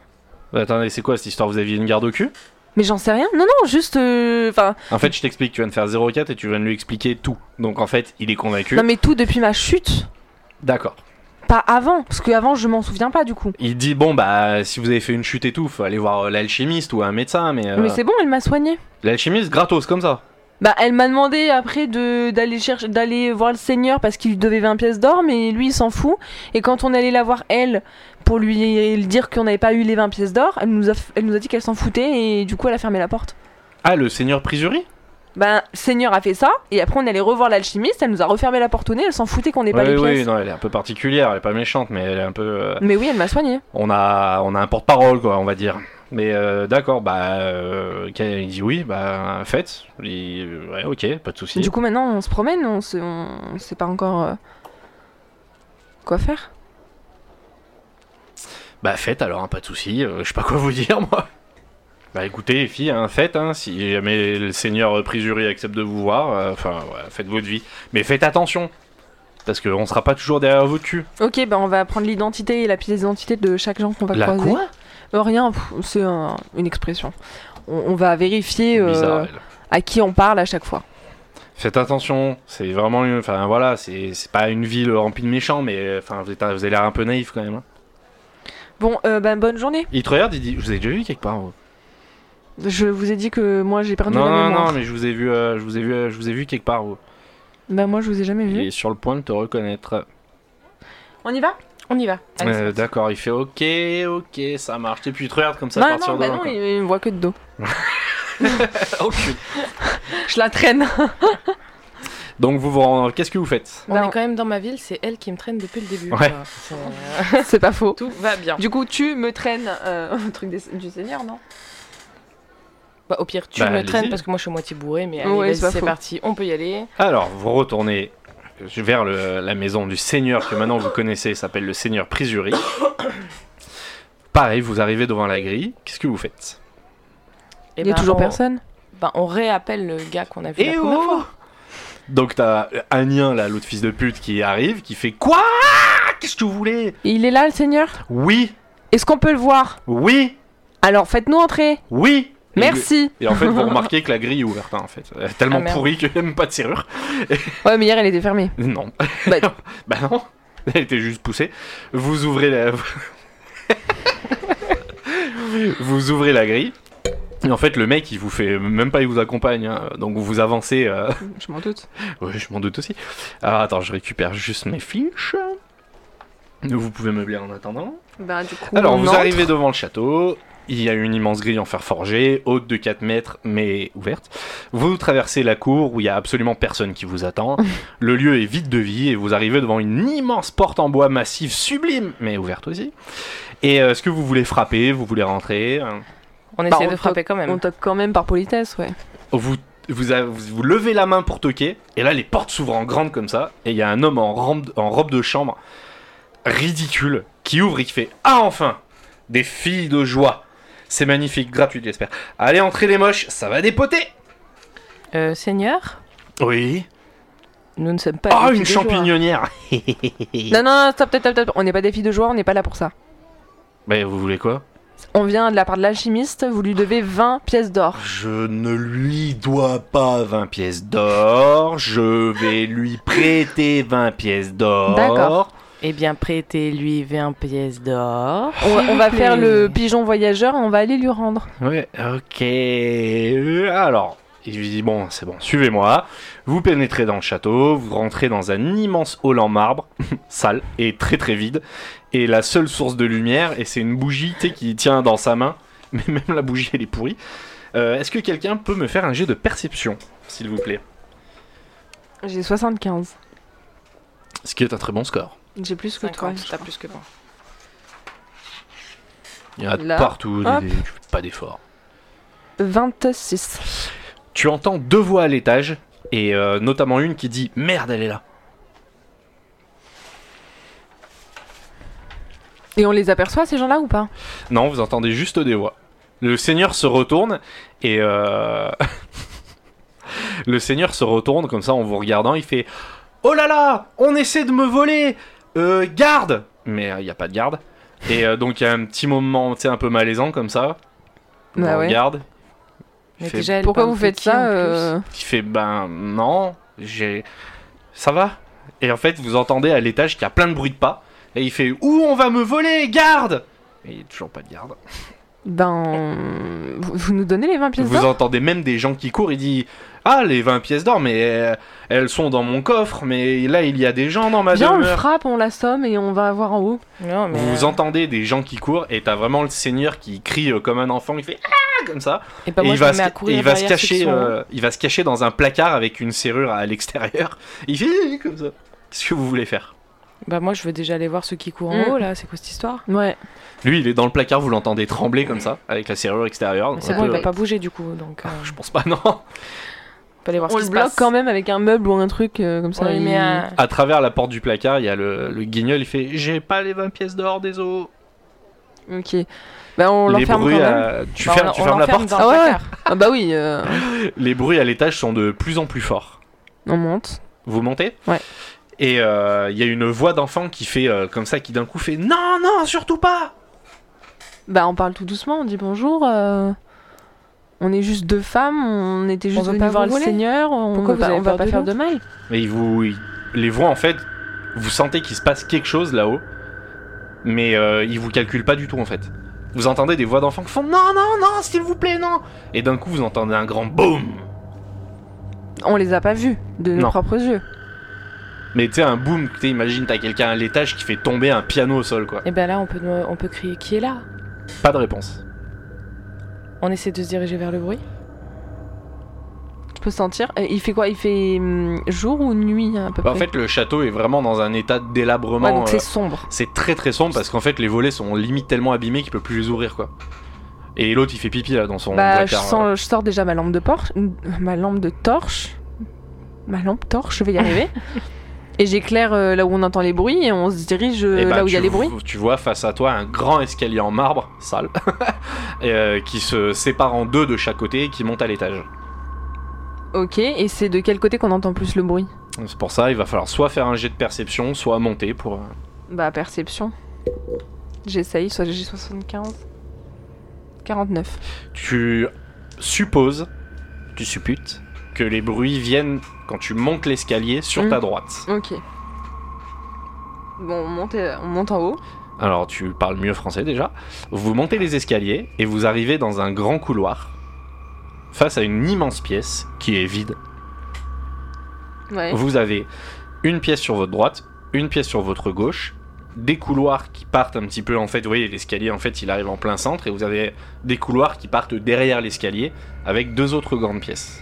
S1: Bah, attendez, c'est quoi cette histoire Vous aviez une garde au cul
S2: Mais j'en sais rien. Non, non, juste. euh, Enfin,
S1: En fait, je t'explique, tu viens de faire 0,4 et tu viens de lui expliquer tout. Donc en fait, il est convaincu.
S2: non, mais tout depuis ma chute.
S1: D'accord.
S2: Pas avant, parce qu'avant, je m'en souviens pas du coup.
S1: Il dit bon bah si vous avez fait une chute et tout, faut aller voir euh, l'alchimiste ou un médecin, mais, euh,
S2: Mais c'est bon, elle m'a soignée.
S1: l'alchimiste gratos comme ça.
S2: Bah, elle m'a demandé après de d'aller chercher, d'aller voir le Seigneur parce qu'il lui devait 20 pièces d'or, mais lui il s'en fout. Et quand on allait la voir elle pour lui dire qu'on n'avait pas eu les 20 pièces d'or, elle nous a, f- elle nous a dit qu'elle s'en foutait et du coup elle a fermé la porte.
S1: Ah le seigneur prisuri
S2: Ben, Seigneur a fait ça et après on allait revoir l'alchimiste, elle nous a refermé la porte au nez, elle s'en foutait qu'on n'ait pas
S1: Oui
S2: les pièces.
S1: oui non elle est un peu particulière, elle est pas méchante mais elle est un peu euh,
S2: Mais oui, elle m'a soigné.
S1: on a on a un porte-parole quoi on va dire. Mais euh, d'accord bah euh, il dit oui bah faites. Il- ouais ok pas de souci.
S2: Du coup maintenant on se promène, on sait, on sait pas encore euh, quoi faire.
S1: Bah faites alors, hein, pas de soucis, euh, je sais pas quoi vous dire moi. Bah écoutez les filles, hein, faites, hein, si jamais le seigneur euh, prisuri accepte de vous voir, euh, enfin ouais, faites votre vie. Mais faites attention, parce qu'on sera pas toujours derrière votre cul.
S2: Ok, ben on va prendre l'identité et la pièce d'identité de chaque gens qu'on va
S1: La
S2: croiser.
S1: quoi
S2: Euh, Rien, pff, c'est un- une expression. On, on va vérifier euh,
S1: Bizarre, elle.
S2: à qui on parle à chaque fois.
S1: Faites attention, c'est vraiment une... Enfin voilà, c'est c'est pas une ville remplie de méchants, mais euh, enfin vous, êtes un- vous avez l'air un peu naïf quand même. hein.
S2: Bon, euh, ben bonne journée.
S1: Il te regarde, il dit, je vous ai déjà vu quelque part vous
S2: Je vous ai dit que moi j'ai perdu
S1: Non,
S2: la
S1: non,
S2: mémoire.
S1: non, mais je vous ai vu, euh, je vous ai vu, euh, je vous ai vu quelque part vous.
S2: Ben moi je vous ai jamais
S1: Il
S2: vu.
S1: est sur le point de te reconnaître.
S2: On y va
S4: On y va.
S2: Ah
S4: Allez,
S1: Euh,
S4: c'est parti.
S1: D'accord, il fait ok, ok, ça marche. Et puis il te regarde comme ça
S2: Non,
S1: partir
S2: non,
S1: de
S2: ben
S1: loin,
S2: non,
S1: quoi.
S2: il, il me voit que de dos.
S1: Oh, cul.
S2: Je la traîne.
S1: Donc vous vous rendez... Qu'est-ce que vous faites
S4: On
S2: Bah,
S4: est
S2: on-
S4: quand même dans ma ville, c'est elle qui me traîne depuis le début.
S1: Ouais.
S4: quoi. C'est-
S2: c'est pas faux.
S4: Tout va bien.
S2: Du coup, tu me traînes euh, au truc des- du Seigneur, non
S4: Bah, au pire, tu
S1: Bah,
S4: me
S1: allez-y.
S4: traînes parce que moi je suis moitié bourré, mais allez,
S2: Ouais,
S4: vas-y,
S2: c'est pas
S4: c'est
S2: faux.
S4: parti, on peut y aller.
S1: Alors vous retournez vers le- la maison du seigneur que maintenant vous connaissez, s'appelle le seigneur Prisuri. Pareil, vous arrivez devant la grille. Qu'est-ce que vous faites
S4: Et
S2: Il y a
S4: ben,
S2: toujours
S4: on-
S2: personne.
S4: ben, on réappelle le gars qu'on a vu la
S1: Eh
S4: première
S1: oh
S4: fois.
S1: Donc t'as un nien là, l'autre fils de pute qui arrive, qui fait quoi Qu'est-ce que vous voulez
S2: Il est là, le Seigneur
S1: Oui,
S2: Est-ce qu'on peut le voir
S1: oui,
S2: Alors faites-nous entrer.
S1: oui. Et
S2: Merci.
S1: le- Et en fait, vous remarquez que la grille est ouverte, hein, en fait. Elle est tellement
S4: Ah, merde.
S1: pourrie qu'il n'y a même pas de serrure.
S2: Ouais, mais hier elle était fermée.
S1: Non.
S2: Bah-
S1: Bah non. Elle était juste poussée. Vous ouvrez la. vous ouvrez la grille. Et en fait, le mec, il vous fait même pas, il vous accompagne. hein. Donc vous avancez. euh,
S2: Je m'en doute.
S1: ouais, je m'en doute aussi. Ah, attends, je récupère juste mes fiches. Vous pouvez meubler en attendant.
S2: Ben du coup,
S1: Alors,
S2: on
S1: vous
S2: entre.
S1: arrivez devant le château. Il y a une immense grille en fer forgé, haute de 4 mètres, mais ouverte. Vous traversez la cour où il y a absolument personne qui vous attend. le lieu est vide de vie et vous arrivez devant une immense porte en bois massive, sublime, mais ouverte aussi. Et euh, est-ce que vous voulez frapper Vous voulez rentrer euh,
S4: On
S2: Bah,
S4: essaie
S2: on
S4: de frapper quand même.
S2: On toque quand même par politesse, ouais.
S1: vous, vous, avez- vous levez la main pour toquer, et là les portes s'ouvrent en grande comme ça, et il y a un homme en, rampe- en robe de chambre, ridicule, qui ouvre et qui fait Ah enfin Des filles de joie C'est magnifique, gratuit j'espère. Allez, entrez les moches, ça va dépoter
S4: Euh, Seigneur,
S1: Oui.
S4: nous ne sommes pas.
S1: Ah,
S4: des
S1: une
S4: filles de joie.
S1: champignonnière
S2: Non, non, non, stop, stop, stop, stop. On n'est pas des filles de joie, on n'est pas là pour ça.
S1: Mais vous voulez quoi
S2: On vient de la part de l'alchimiste, vous lui devez 20 pièces d'or.
S1: Je ne lui dois pas 20 pièces d'or, je vais lui prêter 20 pièces d'or.
S2: D'accord.
S4: Eh bien, prêtez-lui 20 pièces d'or.
S2: On, on va
S4: plaît.
S2: faire le pigeon voyageur, on va aller lui rendre.
S1: Ouais, ok. Alors, il lui dit bon, c'est bon, suivez-moi. Vous pénétrez dans le château, vous rentrez dans un immense hall en marbre, sale et très très vide. Et la seule source de lumière, et c'est une bougie tu sais, qui tient dans sa main, mais même la bougie elle est pourrie. Euh, Est-ce que quelqu'un peut me faire un jet de perception, s'il vous plaît
S2: J'ai 75.
S1: Ce qui est un très bon score.
S2: J'ai plus que toi.
S4: 50, t'as plus que moi.
S1: Il y en a de
S2: Là,
S1: partout, des-
S2: hop.
S1: des- tu fais pas d'effort.
S2: 26.
S1: Tu entends deux voix à l'étage, et euh, notamment une qui dit Merde, elle est là.
S2: Et on les aperçoit ces gens-là ou pas
S1: Non, vous entendez juste des voix. Le seigneur se retourne et euh, le seigneur se retourne comme ça en vous regardant. Il fait Oh là là, on essaie de me voler, Euh, garde. Mais il n'y a pas de garde. Et euh, donc il y a un petit moment, tu sais, un peu malaisant comme ça. On
S2: Bah ouais.
S1: regarde. Il
S4: Mais
S1: fait,
S4: déjà, elle
S2: Pourquoi
S4: parle
S2: vous faites
S4: petit, en
S2: ça
S4: plus.
S2: euh,
S1: il fait, ben non, j'ai, ça va. Et en fait, vous entendez à l'étage qu'il y a plein de bruit de pas. Et il fait, où on va me voler, garde. Et il n'y a toujours pas de garde.
S2: Ben. Vous, vous nous donnez les 20 pièces
S1: Vous
S2: d'or
S1: entendez même des gens qui courent, il dit Ah, les 20 pièces d'or, mais euh, elles sont dans mon coffre, mais là il y a des gens dans ma
S2: Viens, on le
S1: demeure.
S2: frappe, on la somme et on va avoir en haut.
S4: Non, mais. euh.
S1: Vous entendez des gens qui courent et t'as vraiment le seigneur qui crie euh, comme un enfant, il fait Ah comme ça.
S4: Et bah,
S1: et
S4: moi,
S1: il
S4: je
S1: va,
S4: me
S1: se,
S4: mets à
S1: et
S4: courir
S1: il va se
S4: derrière ceux qui
S1: cacher,
S4: sont-
S1: euh, il va se cacher dans un placard avec une serrure à l'extérieur. Il fait Ah, comme ça. Qu'est-ce que vous voulez faire
S4: Bah, moi, je veux déjà aller voir ceux qui courent
S2: Mm.
S4: en haut, là. C'est quoi cette histoire
S2: Ouais.
S1: Lui, il est dans le placard, vous l'entendez trembler comme ça, avec la serrure extérieure.
S4: C'est
S1: un
S4: bon,
S1: peu-
S4: il va pas bouger du coup, donc. euh,
S1: Ah, Je pense pas, non.
S4: on peut aller voir
S2: On
S4: ce
S2: le
S4: qui se
S2: bloque
S4: passe.
S2: quand même avec un meuble ou un truc euh, comme ça.
S4: Ouais,
S2: il-
S4: mais, euh,
S1: À travers la porte du placard, il y a le, le guignol, il fait J'ai pas les 20 pièces d'or, désolé.
S2: Ok. Bah on
S1: les
S2: l'enferme quand
S1: bruits
S2: même.
S1: à- tu
S4: Bah, on
S1: fermes,
S4: l'en-
S1: tu
S4: on
S1: fermes la
S4: l'enferme
S1: porte
S4: dans
S2: Ah
S4: le
S2: ouais.
S4: placard.
S2: Ah bah oui, euh,
S1: les bruits à l'étage sont de plus en plus forts
S2: on monte.
S1: vous montez
S2: Ouais.
S1: et euh, il y a une voix d'enfant qui fait euh, comme ça qui d'un coup fait non non surtout pas
S2: Bah on parle tout doucement, on dit bonjour. euh, On est juste deux femmes, on était juste
S4: veut
S2: venues
S4: pas
S2: voir
S4: vous
S2: le
S4: voler
S2: Seigneur, on
S4: Pourquoi
S2: veut
S4: vous
S2: pas,
S4: avez
S2: on va
S4: peur
S2: pas
S4: de
S2: faire
S4: nous
S2: de mal.
S1: mais vous il- les voix en fait vous sentez qu'il se passe quelque chose là-haut mais euh, ils vous calculent pas du tout en fait vous entendez des voix d'enfants qui font non non non s'il vous plaît non et d'un coup vous entendez un grand boum
S2: On les a pas vus de nos
S1: Non.
S2: propres yeux.
S1: mais tu sais un boom tu sais, imagine t'as quelqu'un à l'étage qui fait tomber un piano au sol quoi
S4: Et ben là, on peut, nous- on peut crier qui est là
S1: pas de réponse
S4: On essaie de se diriger vers le bruit.
S2: Je peux sentir. Et il fait quoi Il fait hum, jour ou nuit à peu
S1: Bah, en
S2: près
S1: fait le château est vraiment dans un état de délabrement
S2: Ouais, donc
S1: euh,
S2: c'est sombre.
S1: C'est très très sombre parce qu'en fait les volets sont limite tellement abîmés qu'il peut plus les ouvrir quoi. Et l'autre il fait pipi là dans son
S2: Bah, je,
S1: placard. euh.
S2: sens, je sors déjà ma lampe de porche, hum, ma lampe de torche, ma lampe torche, je vais y arriver. et j'éclaire euh, là où on entend les bruits et on se dirige euh,
S1: Et bah,
S2: là où il y a
S1: tu
S2: les bruits.
S1: vo- Tu vois face à toi un grand escalier en marbre, sale, et, euh, qui se sépare en deux de chaque côté et qui monte à l'étage.
S2: Ok, et c'est de quel côté qu'on entend plus le bruit
S1: C'est pour ça il va falloir soit faire un jet de perception, soit monter pour. euh,
S2: Bah, perception. J'essaye, soit j'ai 75. 49.
S1: Tu supposes, tu supputes que les bruits viennent quand tu montes l'escalier sur
S2: Mm.
S1: ta droite.
S2: Ok. Bon, on monte, euh, on monte en haut.
S1: Alors tu parles mieux français déjà. Vous montez les escaliers et vous arrivez dans un grand couloir face à une immense pièce qui est vide.
S2: Ouais.
S1: Vous avez une pièce sur votre droite, une pièce sur votre gauche, des couloirs qui partent un petit peu en fait, vous voyez l'escalier en fait il arrive en plein centre et vous avez des couloirs qui partent derrière l'escalier avec deux autres grandes pièces.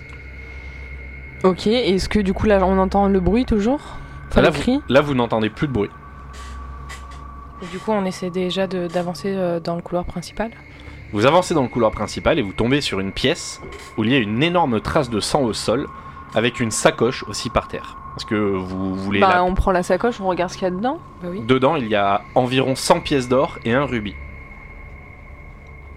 S2: Ok, et est-ce que du coup là on entend le bruit toujours
S1: Bah
S2: Enfin,
S1: là,
S2: le cri
S1: vous, là vous n'entendez plus de bruit.
S4: Et du coup, on essaie déjà de- d'avancer euh, dans le couloir principal.
S1: Vous avancez dans le couloir principal et vous tombez sur une pièce où il y a une énorme trace de sang au sol avec une sacoche aussi par terre. Parce que vous voulez
S2: Bah,
S1: la-
S2: on prend la sacoche, on regarde ce qu'il y a dedans.
S4: Bah oui.
S1: Dedans, il y a environ 100 pièces d'or et un rubis.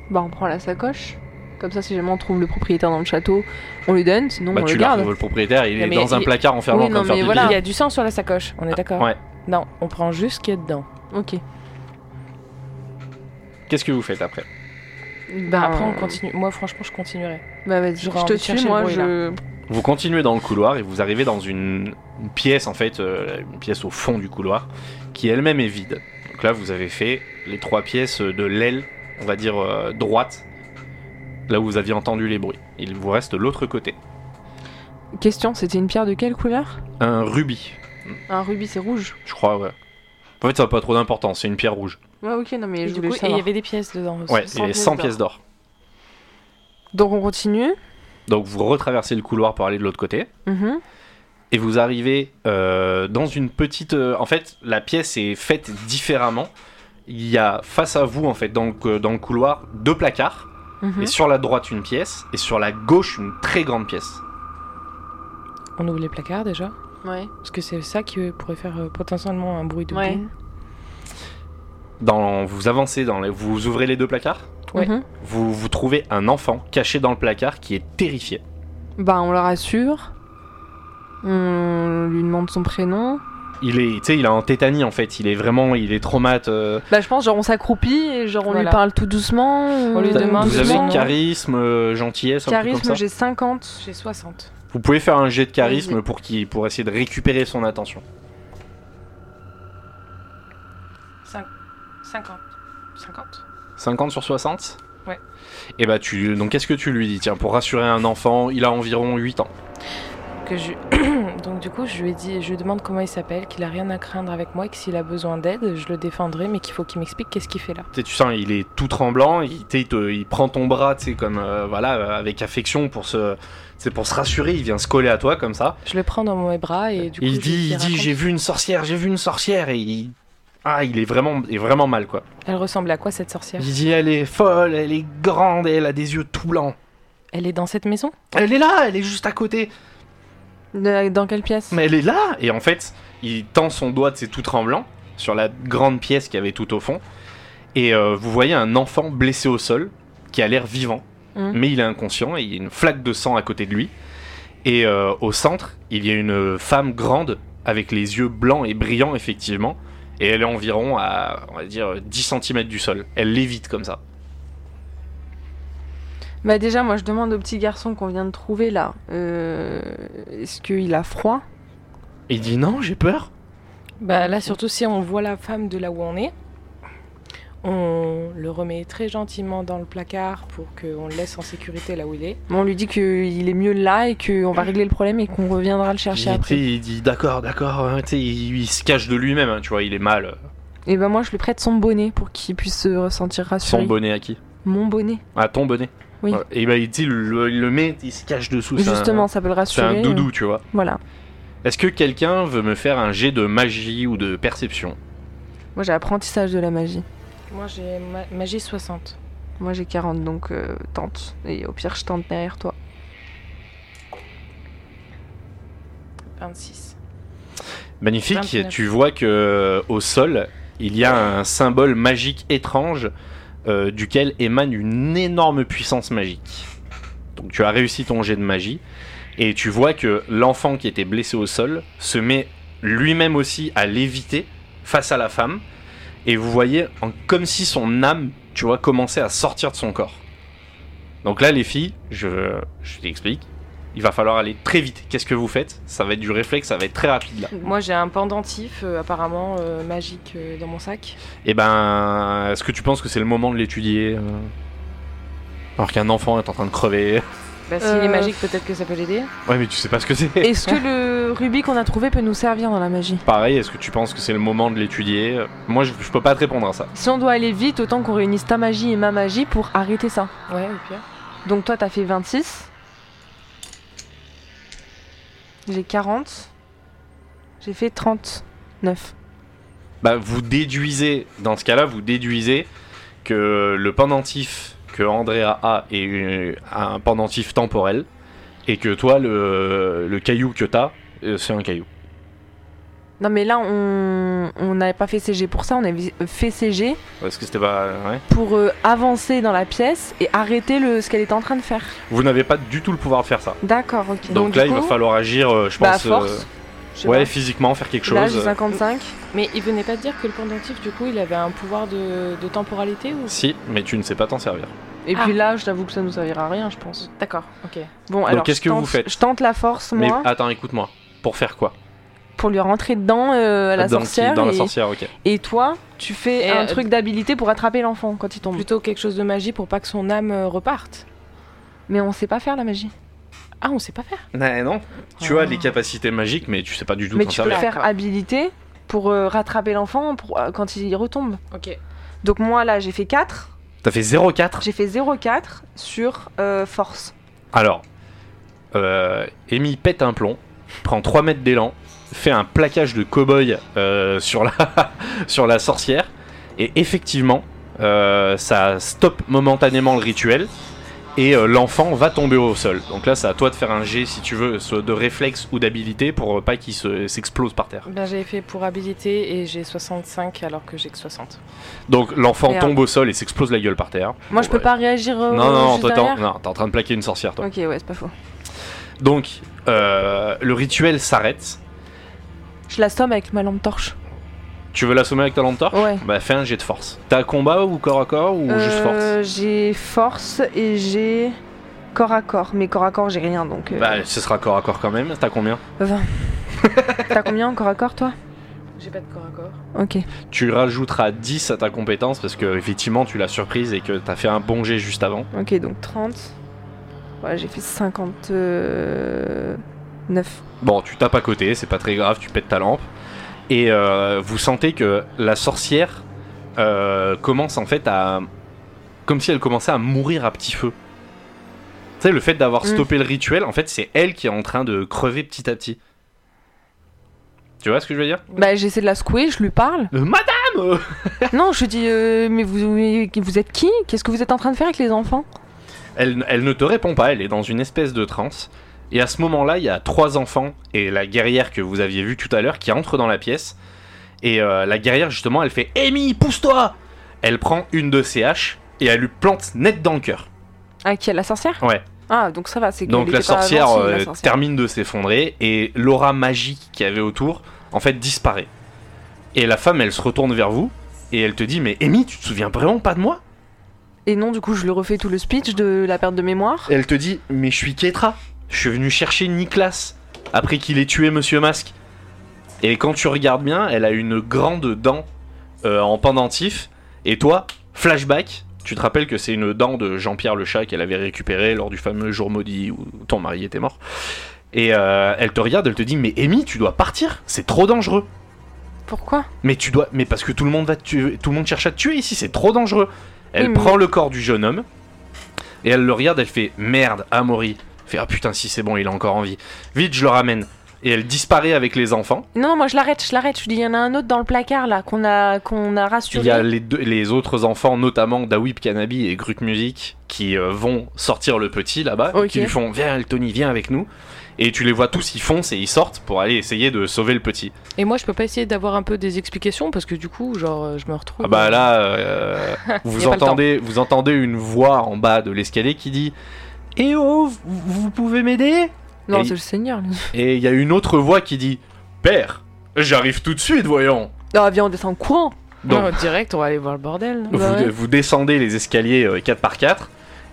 S2: Bah on prend la sacoche. Comme ça, si jamais on trouve le propriétaire dans le château, on lui donne, sinon
S1: bah,
S2: on
S1: tu
S2: le
S1: l'as
S2: garde.
S1: retrouvé, le propriétaire, il
S4: Non,
S1: est
S4: mais
S1: dans un
S4: il-
S1: placard enfermé
S2: Oui,
S1: en train
S2: non,
S1: de faire
S2: mais
S1: pipi.
S2: voilà.
S4: Il y a du sang sur la sacoche, on est d'accord
S1: Ah, ouais.
S4: Non, on prend juste ce qui est dedans.
S2: Ok.
S1: Qu'est-ce que vous faites après
S2: Bah,
S4: Après, on continue. Moi, franchement, je continuerai.
S2: Bah vas-y, je
S4: J'aurais envie
S2: te
S4: de
S2: tue,
S4: chercher le
S2: moi
S4: bruit,
S2: je.
S1: Vous continuez dans le couloir et vous arrivez dans une, une pièce, en fait, euh, une pièce au fond du couloir, qui elle-même est vide. Donc là, vous avez fait les trois pièces de l'aile, on va dire euh, droite, là où vous aviez entendu les bruits. Il vous reste l'autre côté.
S2: Question, c'était une pierre de quelle couleur
S1: Un rubis,
S2: Un rubis, c'est rouge.
S1: je crois, ouais. En fait, ça n'a pas trop d'importance, c'est une pierre rouge.
S2: Ouais, ok, non mais
S4: Et
S2: je
S4: du
S2: voulais
S4: coup, et il
S2: savoir.
S4: y avait des pièces dedans aussi.
S1: Ouais,
S4: Cent
S1: et 100 pièces d'or.
S2: Donc on continue.
S1: Donc vous retraversez le couloir pour aller de l'autre côté.
S2: Mhm.
S1: et vous arrivez euh, dans une petite. euh, en fait, la pièce est faite différemment. Il y a face à vous, en fait, dans le, cou- dans le couloir, deux placards.
S2: mhm.
S1: Et sur la droite, une pièce. Et sur la gauche, une très grande pièce.
S4: d'or. On ouvre les placards déjà.
S2: Ouais.
S4: Parce que c'est ça qui euh, pourrait faire euh, potentiellement un bruit de
S2: Ouais.
S4: boum.
S1: Dans, vous avancez, dans les- vous ouvrez les deux placards.
S4: Ouais.
S2: Mhm.
S1: Vous, vous trouvez un enfant caché dans le placard qui est terrifié.
S2: Bah on le rassure. On lui demande son prénom.
S1: il est, tu sais, il est en tétanie en fait. Il est vraiment, il est traumate. euh,
S2: Bah, je pense, genre, on s'accroupit et genre, on
S4: Voilà.
S2: lui parle tout doucement.
S4: On lui
S2: euh,
S4: demande
S1: vous
S4: doucement.
S1: avez charisme, euh, gentillesse, un truc
S2: Charisme,
S1: comme ça.
S2: j'ai 50.
S4: J'ai 60.
S1: Vous pouvez faire un jet de charisme
S2: Vas-y.
S1: pour qui, pour essayer de récupérer son attention.
S4: 5, 50. 50
S1: 50 sur 60.
S4: Ouais.
S1: Et bah tu, donc qu'est-ce que tu lui dis Tiens, pour rassurer un enfant, il a environ 8 ans.
S4: que je... Donc du coup, je lui ai dit, je lui demande comment il s'appelle, qu'il a rien à craindre avec moi, et que s'il a besoin d'aide, je le défendrai, mais qu'il faut qu'il m'explique qu'est-ce qu'il fait là.
S1: Tu sais, tu sens, il est tout tremblant, il, tu sais, il te- il prend ton bras, tu sais, comme, euh, voilà, euh, avec affection pour se, c'est pour se rassurer, il vient se coller à toi comme ça.
S4: Je le prends dans mes bras et du coup,
S1: il
S4: je
S1: dit,
S4: lui
S1: il dit,
S4: raconte-
S1: j'ai vu une sorcière, j'ai vu une sorcière, et il, ah, il est vraiment, il est vraiment mal quoi.
S4: Elle ressemble à quoi cette sorcière
S1: Il dit, elle est folle, elle est grande, et elle a des yeux tout blancs.
S4: Elle est dans cette maison
S1: Elle est là, elle est juste à côté.
S2: De- Dans quelle pièce
S1: Mais elle est là Et en fait, il tend son doigt, c'est tout tremblant, sur la grande pièce qu'il y avait tout au fond. Et euh, vous voyez un enfant blessé au sol, qui a l'air vivant,
S2: Mhm.
S1: mais il est inconscient, et il y a une flaque de sang à côté de lui. Et euh, au centre, il y a une femme grande, avec les yeux blancs et brillants, effectivement. Et elle est environ à, on va dire, 10 cm du sol. Elle lévite comme ça.
S2: Bah, déjà, moi, je demande au petit garçon qu'on vient de trouver là euh, est-ce qu'il a froid
S1: Il dit non, j'ai peur.
S4: Bah là, surtout si on voit la femme de là où on est, on le remet très gentiment dans le placard pour qu'on le laisse en sécurité là où il est.
S2: Bon, On lui dit qu'il est mieux là et qu'on va régler le problème et qu'on reviendra
S1: Il,
S2: le chercher
S1: tu sais,
S2: après.
S1: il dit d'accord, d'accord. hein, tu sais, Il, il se cache de lui-même, hein, tu vois, il est mal.
S2: Et ben, moi, je lui prête son bonnet pour qu'il puisse se ressentir rassuré.
S1: Son bonnet à qui
S2: Mon bonnet.
S1: Ah, ton bonnet.
S2: Oui.
S1: Et bah, il, dit, le, le met, il se cache dessous. c'est un-
S2: Justement, euh. ça peut le
S1: C'est
S2: rassurer.
S1: un doudou, tu vois.
S2: Voilà.
S1: Est-ce que quelqu'un veut me faire un jet de magie ou de perception
S2: Moi, j'ai apprentissage de la magie.
S4: Moi, j'ai ma- magie 60.
S2: Moi, j'ai 40, donc euh, tente. Et au pire, je tente derrière toi.
S4: 26.
S1: Magnifique.
S4: 29.
S1: Tu vois que euh, au sol, il y a un symbole magique étrange euh, duquel émane une énorme puissance magique. Donc, tu as réussi ton jet de magie. Et tu vois que l'enfant qui était blessé au sol se met lui-même aussi à léviter face à la femme. Et vous voyez en- comme si son âme, tu vois, commençait à sortir de son corps. Donc là, les filles, je, je t'explique. Il va falloir aller très vite. Qu'est-ce que vous faites Ça va être du réflexe, ça va être très rapide là.
S4: Moi, j'ai un pendentif euh, apparemment euh, magique euh, dans mon sac.
S1: Et ben, est-ce que tu penses que c'est le moment de l'étudier euh, Alors qu'un enfant est en train de crever.
S4: Bah, s'il est
S2: Euh,
S4: magique, peut-être que ça peut l'aider.
S1: Ouais, mais tu sais pas ce que c'est.
S2: Est-ce que le rubis qu'on a trouvé peut nous servir dans la magie
S1: Pareil, est-ce que tu penses que c'est le moment de l'étudier Moi, je, je peux pas te répondre à ça.
S2: Si on doit aller vite, autant qu'on réunisse ta magie et ma magie pour arrêter ça.
S4: Ouais, au pire.
S2: Donc toi, t'as fait 26. J'ai 40. J'ai fait 39.
S1: Bah, vous déduisez, dans ce cas-là, vous déduisez que le pendentif que Andrea a est euh, un pendentif temporel et que toi, le, le caillou que t'as, euh, c'est un caillou.
S2: Non mais là, on on n'avait pas fait CG pour ça, on avait fait CG
S1: Est-ce que c'était pas. ouais.
S2: pour euh, avancer dans la pièce et arrêter le, ce qu'elle était en train de faire.
S1: Vous n'avez pas du tout le pouvoir de faire ça.
S2: D'accord, ok.
S1: Donc,
S4: du
S1: là, il
S4: coup,
S1: va falloir agir, euh, je
S2: bah à
S1: pense.
S2: force,
S1: euh,
S4: Je sais
S1: Ouais,
S4: pas.
S1: physiquement, faire quelque
S2: Là,
S1: chose. euh.
S2: j'ai 55.
S4: Mais il venait pas de dire que le pendentif, du coup, il avait un pouvoir de, de temporalité ou
S1: Si, mais tu ne sais pas t'en servir.
S2: Et
S4: Ah.
S2: puis là, je t'avoue que ça nous servira à rien, je pense.
S4: D'accord, ok.
S2: Bon, alors
S1: qu'est-ce
S2: je
S1: que vous
S2: tente-
S1: faites
S2: Je tente la force,
S1: Mais
S2: moi,
S1: attends, écoute-moi. Pour faire quoi
S2: pour lui rentrer dedans euh, à la
S1: Dans le-
S2: sorcière.
S1: Dans la
S2: et-
S1: sorcière, ok.
S2: Et toi, tu fais
S4: Et,
S2: un
S4: euh,
S2: truc d'habilité pour attraper l'enfant quand il tombe.
S4: Plutôt quelque chose de magie pour pas que son âme euh, reparte.
S2: Mais on sait pas faire la magie.
S4: Ah, on sait pas faire.
S1: Bah, Non, non. Tu as les capacités magiques, mais tu sais pas du tout
S2: Ah. Mais
S1: t'en
S2: tu peux
S1: servir.
S2: faire
S4: D'accord.
S2: habilité pour euh, rattraper l'enfant pour, euh, quand il retombe.
S4: Ok.
S2: Donc moi là, j'ai fait 4.
S1: T'as fait 0,4
S2: J'ai fait 0,4 sur euh, force.
S1: Alors, euh, Amy pète un plomb, prend 3 mètres d'élan, fait un plaquage de cow-boy euh, sur, la sur la sorcière, et effectivement, euh, ça stoppe momentanément le rituel, et euh, l'enfant va tomber au sol. Donc là, c'est à toi de faire un jet, si tu veux, soit de réflexe ou d'habilité pour euh, pas qu'il se- s'explose par terre.
S4: Ben, j'ai fait pour habilité et j'ai 65 alors que j'ai que 60.
S1: Donc l'enfant
S2: Merde.
S1: tombe au sol et s'explose la gueule par terre.
S2: Moi, je
S1: Bon,
S2: peux
S1: bah,
S2: pas réagir. euh,
S1: Non, non, non,
S2: juste
S1: toi, t'es en-
S2: derrière.
S1: non, t'es en train de plaquer une sorcière, toi.
S2: Ok, ouais, c'est pas faux.
S1: Donc, euh, le rituel s'arrête.
S2: Je l'assomme avec ma lampe torche.
S1: Tu veux l'assommer avec ta lampe torche
S2: Ouais.
S1: Bah fais un jet de force. T'as combat ou corps à corps ou juste force
S2: Euh, J'ai force et j'ai corps à corps. Mais corps à corps, j'ai rien donc. euh,
S1: Bah ce sera corps à corps quand même. T'as combien
S2: T'as combien en corps à corps toi
S4: J'ai pas de corps à corps.
S2: Ok.
S1: Tu rajouteras 10 à ta compétence parce que effectivement tu l'as surprise et que t'as fait un bon jet juste avant.
S2: Ok, donc 30. Ouais, j'ai fait 59.
S1: Bon, tu tapes à côté, c'est pas très grave, tu pètes ta lampe. Et euh, vous sentez que la sorcière euh, commence en fait à. Comme si elle commençait à mourir à petit feu. Tu sais, le fait d'avoir
S2: Mm.
S1: stoppé le rituel, en fait, c'est elle qui est en train de crever petit à petit. Tu vois ce que je veux dire
S2: Bah, j'essaie de la secouer, je lui parle.
S1: Euh, Madame
S2: non, je lui dis, euh, mais vous, mais vous êtes qui Qu'est-ce que vous êtes en train de faire avec les enfants
S1: elle, elle ne te répond pas, elle est dans une espèce de transe. Et à ce moment-là, il y a trois enfants et la guerrière que vous aviez vue tout à l'heure qui entre dans la pièce. Et euh, la guerrière, justement, elle fait Amy, pousse-toi Elle prend une de ses haches et elle lui plante net dans le cœur.
S2: Ah, qui est la sorcière
S1: Ouais.
S2: Ah, donc ça va, c'est que
S1: Donc
S2: elle
S1: la
S2: était pas
S1: sorcière,
S2: gentille, la
S1: euh,
S2: sorcière.
S1: termine de s'effondrer et l'aura magique qu'il y avait autour, en fait, disparaît. Et la femme, elle se retourne vers vous et elle te dit Mais Amy, tu te souviens vraiment pas de moi
S2: Et non, du coup, je lui refais tout le speech de la perte de mémoire.
S1: Elle te dit Mais je suis Ketra, je suis venu chercher Niklas après qu'il ait tué Monsieur Masque. Et quand tu regardes bien, elle a une grande dent euh, en pendentif. Et toi, flashback, tu te rappelles que c'est une dent de Jean-Pierre le chat qu'elle avait récupérée lors du fameux jour maudit où ton mari était mort. Et euh, elle te regarde, elle te dit Mais Amy, tu dois partir, c'est trop dangereux.
S2: Pourquoi
S1: Mais tu dois, mais parce que tout le monde va te tuer, tout le monde cherche à te tuer ici, c'est trop dangereux. Elle
S2: Oui,
S4: Hmm.
S2: mais-
S1: prend le corps du jeune homme et elle le regarde, elle fait merde, Amaury. Elle Fait ah putain si c'est bon, il est encore en vie. Vite, je le ramène. Et elle disparaît avec les enfants.
S2: Non, moi je l'arrête, je l'arrête. Je lui dis, il y en a un autre dans le placard là qu'on a, qu'on a
S1: Il
S2: rassuré.
S1: y a les, deux- les autres enfants, notamment Dawip Kanabi et Gruc Music, qui euh, vont sortir le petit là-bas,
S2: Ok.
S1: qui lui font viens Tony, viens avec nous. Et tu les vois tous, ils foncent et ils sortent pour aller essayer de sauver le petit.
S4: Et moi, je peux pas essayer d'avoir un peu des explications parce que du coup, genre, euh, je me retrouve.
S1: Ah bah là, euh, vous,
S4: Y a pas le temps.
S1: entendez, vous entendez une voix en bas de l'escalier qui dit Eh oh, vous- vous pouvez m'aider
S2: Non,
S1: Et-
S2: c'est le Seigneur. lui.
S1: Et il y a une autre voix qui dit Père, j'arrive tout de suite, voyons
S2: Ah, viens, on descend courant.
S1: Donc
S4: Non, direct, on va aller voir le bordel. non
S1: vous,
S2: ouais.
S1: vous descendez les escaliers euh, 4 par 4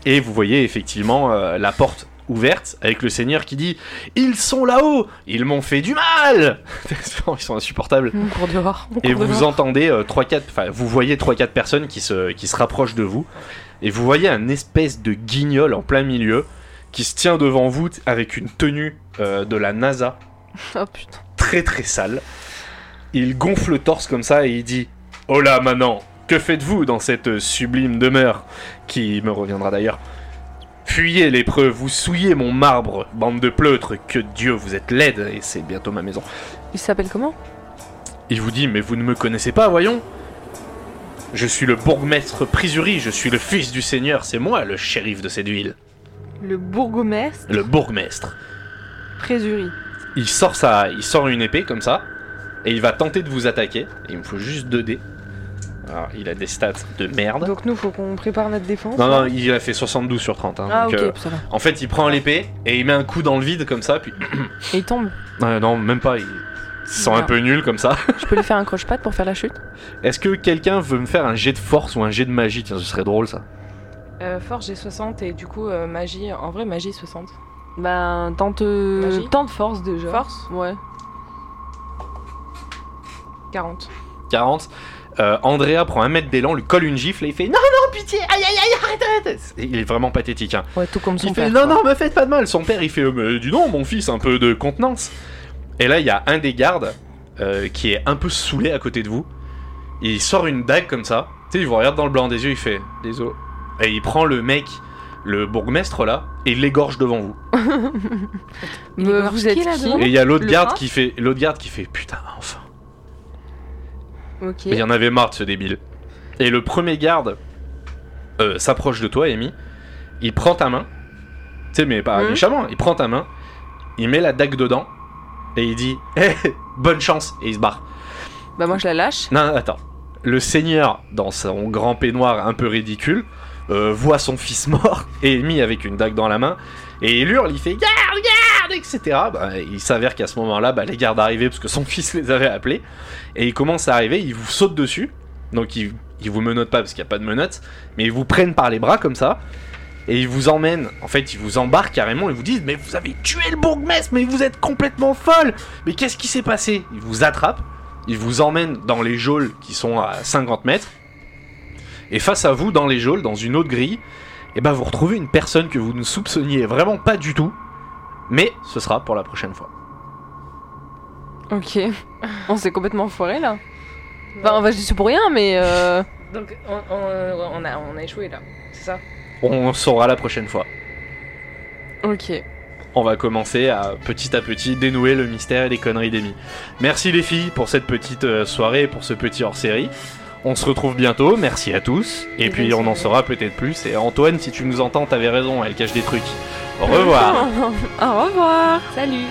S1: et vous voyez effectivement euh, la porte ouverte avec le Seigneur qui dit Ils sont là-haut, ils m'ont fait du mal Ils sont insupportables.
S4: On court dehors. on
S1: Et
S4: court
S1: vous
S4: dehors.
S1: entendez euh, trois, quatre- enfin vous voyez 3-4 personnes qui se, qui se rapprochent de vous. Et vous voyez un espèce de guignol en plein milieu qui se tient devant vous t- avec une tenue euh, de la NASA
S2: Oh putain.
S1: très très sale. Il gonfle le torse comme ça et il dit Oh là maintenant, que faites-vous dans cette sublime demeure Qui me reviendra d'ailleurs. Fuyez l'épreuve, vous souillez mon marbre, bande de pleutres, que Dieu vous êtes laide, et c'est bientôt ma maison.
S2: Il s'appelle comment
S1: Il vous dit Mais vous ne me connaissez pas, voyons Je suis le bourgmestre Prisuri, je suis le fils du seigneur, c'est moi le shérif de cette ville,
S2: Le bourgmestre
S1: le bourgmestre.
S2: Présuri.
S1: Il sort, sa... il sort une épée comme ça, et il va tenter de vous attaquer. Et il me faut juste 2 dés. Alors, il a des stats de merde.
S2: Donc nous, faut qu'on prépare notre défense.
S1: Non,
S2: là.
S1: non, il a fait 72 sur 30. hein,
S2: Ah,
S1: donc,
S2: ok,
S1: euh,
S2: ça va.
S1: en fait, il prend l'épée et il met un coup dans le vide comme ça, puis.
S2: Et il tombe.
S1: Euh, non, même pas, il il se sent un
S2: Merde.
S1: peu nul comme ça.
S2: Je peux lui faire un croche-patte pour faire la chute
S1: Est-ce que quelqu'un veut me faire un jet de force ou un jet de magie Tiens, ce serait drôle ça.
S4: Euh, force, j'ai 60 et du coup, euh, magie. En vrai, magie 60.
S2: Ben, tente. euh,
S4: Magie
S2: Tente force déjà.
S4: Force
S2: Ouais.
S4: 40.
S1: 40. euh, Andrea prend un mètre d'élan, lui colle une gifle et il fait Non, non, pitié, aïe, aïe, aïe, arrête, arrête Il est vraiment pathétique. Hein.
S4: Ouais, tout comme son
S1: Il
S4: père.
S1: fait Non, non, me faites pas de mal. Son père, il fait Mais Dis donc, mon fils, un peu de contenance. Et là, il y a un des gardes euh, qui est un peu saoulé à côté de vous. Il sort une dague comme ça. Tu sais, il vous regarde dans le blanc des yeux, il fait Désolé. Et il prend le mec, le bourgmestre là, et il l'égorge devant vous.
S4: Il
S2: Euh,
S4: est
S2: vous
S4: marqué,
S2: êtes
S4: là,
S2: qui
S4: devant
S1: Et il y a l'autre
S2: Le
S1: garde
S2: prince
S1: qui fait L'autre garde qui fait Putain, enfin.
S2: Ok.
S1: Mais il y en avait marre de ce débile. Et le premier garde euh, s'approche de toi, Amy. Il prend ta main. Tu sais, mais pas
S2: Hmm.
S1: méchamment. Il prend ta main. Il met la dague dedans. Et il dit Hé, bonne chance. Et il se barre.
S2: Bah, moi, je la lâche.
S1: Non, non, attends. Le seigneur, dans son grand peignoir un peu ridicule, euh, voit son fils mort et est mis avec une dague dans la main. Et il hurle, il fait Garde, gardes, etc. Bah, il s'avère qu'à ce moment-là, bah, les gardes arrivaient parce que son fils les avait appelés. Et ils commencent à arriver, ils vous sautent dessus. Donc ils, ils vous menottent pas parce qu'il n'y a pas de menottes. Mais ils vous prennent par les bras comme ça. Et ils vous emmènent, en fait, ils vous embarquent carrément et vous disent Mais vous avez tué le bourgmestre, mais vous êtes complètement folle Mais qu'est-ce qui s'est passé Ils vous attrapent, ils vous emmènent dans les geôles qui sont à 50 mètres. Et face à vous, dans les geôles, dans une autre grille, et ben vous retrouvez une personne que vous ne soupçonniez vraiment pas du tout. Mais ce sera pour la prochaine fois.
S2: Ok. On s'est complètement foiré là. Enfin, on va juste pour rien, mais. euh,
S4: Donc on, on- on a, on a échoué là, c'est ça
S1: On saura la prochaine fois.
S2: Ok.
S1: On va commencer à petit à petit dénouer le mystère et les conneries d'Emmy. Merci les filles pour cette petite euh, soirée, pour ce petit hors-série. On se retrouve bientôt, merci à tous. Et,
S4: Et
S1: puis
S4: bonne
S1: on en
S4: soirée.
S1: saura peut-être plus. Et Antoine, si tu nous entends, t'avais raison, elle cache des trucs. Au revoir
S2: Au revoir.
S4: Salut